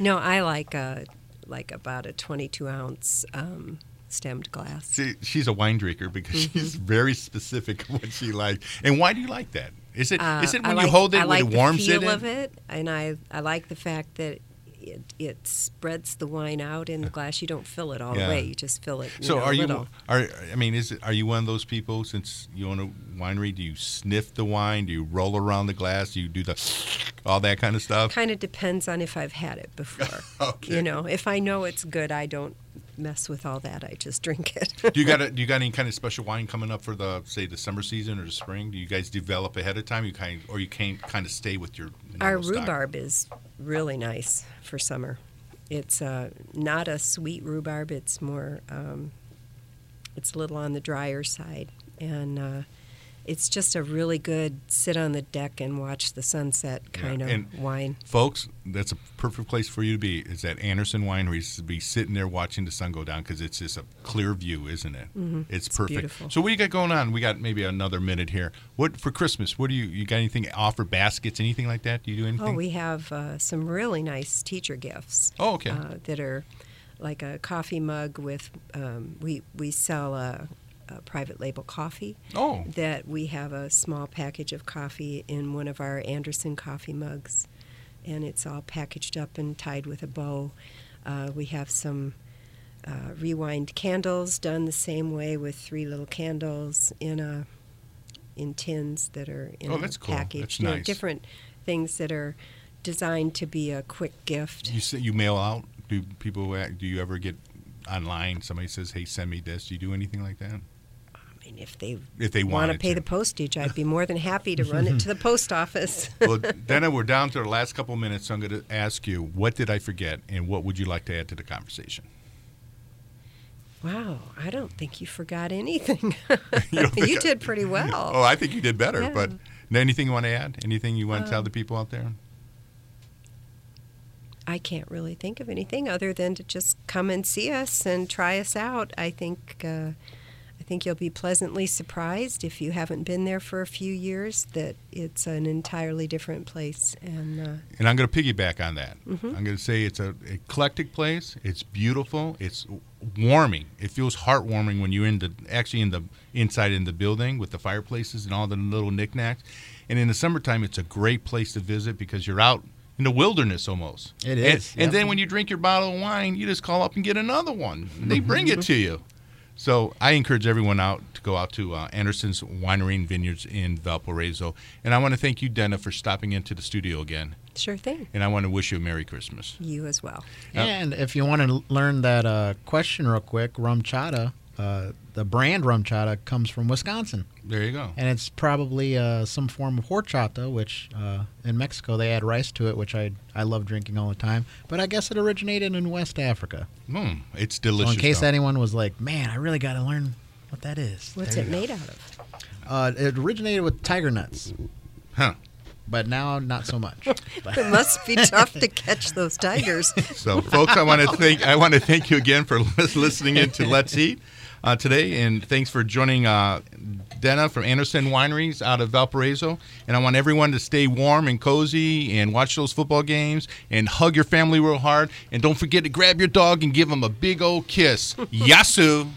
Speaker 3: no, I like a, like about a 22 ounce um, stemmed glass.
Speaker 1: See, she's a wine drinker because
Speaker 3: Mm-hmm.
Speaker 1: she's very specific of what she likes. And why do you like that? Is it is
Speaker 3: Uh,
Speaker 1: it
Speaker 3: I
Speaker 1: when
Speaker 3: like-
Speaker 1: you hold
Speaker 3: I
Speaker 1: it when
Speaker 3: like
Speaker 1: it warms
Speaker 3: the
Speaker 1: it?
Speaker 3: feel
Speaker 1: in?
Speaker 3: of it, and I I like the fact that. It, it spreads the wine out in the glass. You don't fill it all
Speaker 1: Yeah.
Speaker 3: the way. You just fill it.
Speaker 1: So
Speaker 3: know,
Speaker 1: are
Speaker 3: a
Speaker 1: you?
Speaker 3: little.
Speaker 1: Are I mean, is it, are you one of those people? Since you own a winery, do you sniff the wine? Do you roll around the glass? Do you do the all that kind of stuff?
Speaker 3: Kind of depends on if I've had it before.
Speaker 1: Okay.
Speaker 3: You know, if I know it's good, I don't mess with all that. I just drink it.
Speaker 1: Do you got a, do you got any kind of special wine coming up for the say the summer season or the spring? Do you guys develop ahead of time? You kind or you can't kind of stay with your
Speaker 3: Our
Speaker 1: normal stock?
Speaker 3: rhubarb is really nice for summer. It's uh, not a sweet rhubarb. It's more, um, it's a little on the drier side, and uh, it's just a really good sit on the deck and watch the sunset
Speaker 1: Yeah,
Speaker 3: kind
Speaker 1: and-
Speaker 3: of wine.
Speaker 1: Folks, that's a perfect place for you to be. Is that Anderson Winery? Is to be sitting there watching the sun go down because it's just a clear view, isn't it? Mm-hmm. It's perfect.
Speaker 3: beautiful.
Speaker 1: So what you got going on? We got maybe another minute here. What for Christmas? What do you you got? Anything offer baskets? Anything like that? Do you do anything?
Speaker 3: Oh, we have uh, some really nice teacher gifts.
Speaker 1: Oh, okay.
Speaker 3: Uh, that are like a coffee mug with um, we we sell a, a private label coffee.
Speaker 1: Oh.
Speaker 3: That we have a small package of coffee in one of our Anderson coffee mugs, and it's all packaged up and tied with a bow. Uh, we have some. Uh, rewind candles done the same way with three little candles in a in tins that are in
Speaker 1: Oh,
Speaker 3: a
Speaker 1: that's cool.
Speaker 3: package.
Speaker 1: That's
Speaker 3: you know,
Speaker 1: nice.
Speaker 3: different things that are designed to be a quick gift.
Speaker 1: you say you mail out? Do people? act- Do you ever get online? Somebody says, "Hey, send me this." Do you do anything like that?
Speaker 3: I mean, if they
Speaker 1: If they
Speaker 3: want to
Speaker 1: wanted
Speaker 3: pay
Speaker 1: to.
Speaker 3: the postage, I'd be more than happy to run it to the post office.
Speaker 1: well, Dana, we're down to the last couple of minutes, so I'm going to ask you, what did I forget, and what would you like to add to the conversation?
Speaker 3: wow, I don't think you forgot anything.
Speaker 1: You don't think
Speaker 3: you
Speaker 1: I-
Speaker 3: did pretty well.
Speaker 1: Oh, I think you did better.
Speaker 3: Yeah. Um,
Speaker 1: But anything you want to add? Anything you want to tell the people out there?
Speaker 3: I can't really think of anything other than to just come and see us and try us out. I think uh, I think you'll be pleasantly surprised if you haven't been there for a few years that it's an entirely different place. And uh,
Speaker 1: And I'm going to piggyback on that. I'm going to say it's a eclectic place. It's beautiful. It's warming. It feels heartwarming when you're in the actually in the inside in the building with the fireplaces and all the little knickknacks. And in the summertime, it's a great place to visit because you're out in the wilderness almost.
Speaker 2: It
Speaker 1: And-
Speaker 2: is,
Speaker 1: And,
Speaker 2: yep.
Speaker 1: then when you drink your bottle of wine, you just call up and get another one. They bring it to you. So I encourage everyone out to go out to uh, Anderson's Winery and Vineyards in Valparaiso. And I want to thank you, Dana, for stopping into the studio again
Speaker 3: sure thing,
Speaker 1: and I want to wish you a Merry Christmas.
Speaker 3: you as well.
Speaker 2: And if you want to learn that uh, question real quick, rum chata, uh, the brand rum chata comes from Wisconsin,
Speaker 1: There you go.
Speaker 2: and it's probably uh, some form of horchata, which uh, in Mexico they add rice to it, which I I love drinking all the time. But I guess it originated in West Africa.
Speaker 1: Mm, it's
Speaker 2: So
Speaker 1: delicious.
Speaker 2: in case
Speaker 1: though.
Speaker 2: anyone was like, "Man, I really got to learn what that is,"
Speaker 3: What's
Speaker 2: there
Speaker 3: it
Speaker 2: you go.
Speaker 3: made out of?
Speaker 2: Uh, it originated with tiger nuts,
Speaker 1: huh?
Speaker 2: but now not so much. But-
Speaker 3: It must be tough to catch those tigers.
Speaker 1: So, folks, I want to thank I want to thank you again for lis- listening in to Let's Eat uh, today, and thanks for joining uh, Dana from Anderson Wineries out of Valparaiso. And I want everyone to stay warm and cozy and watch those football games and hug your family real hard. And don't forget to grab your dog and give him a big old kiss. Yasu.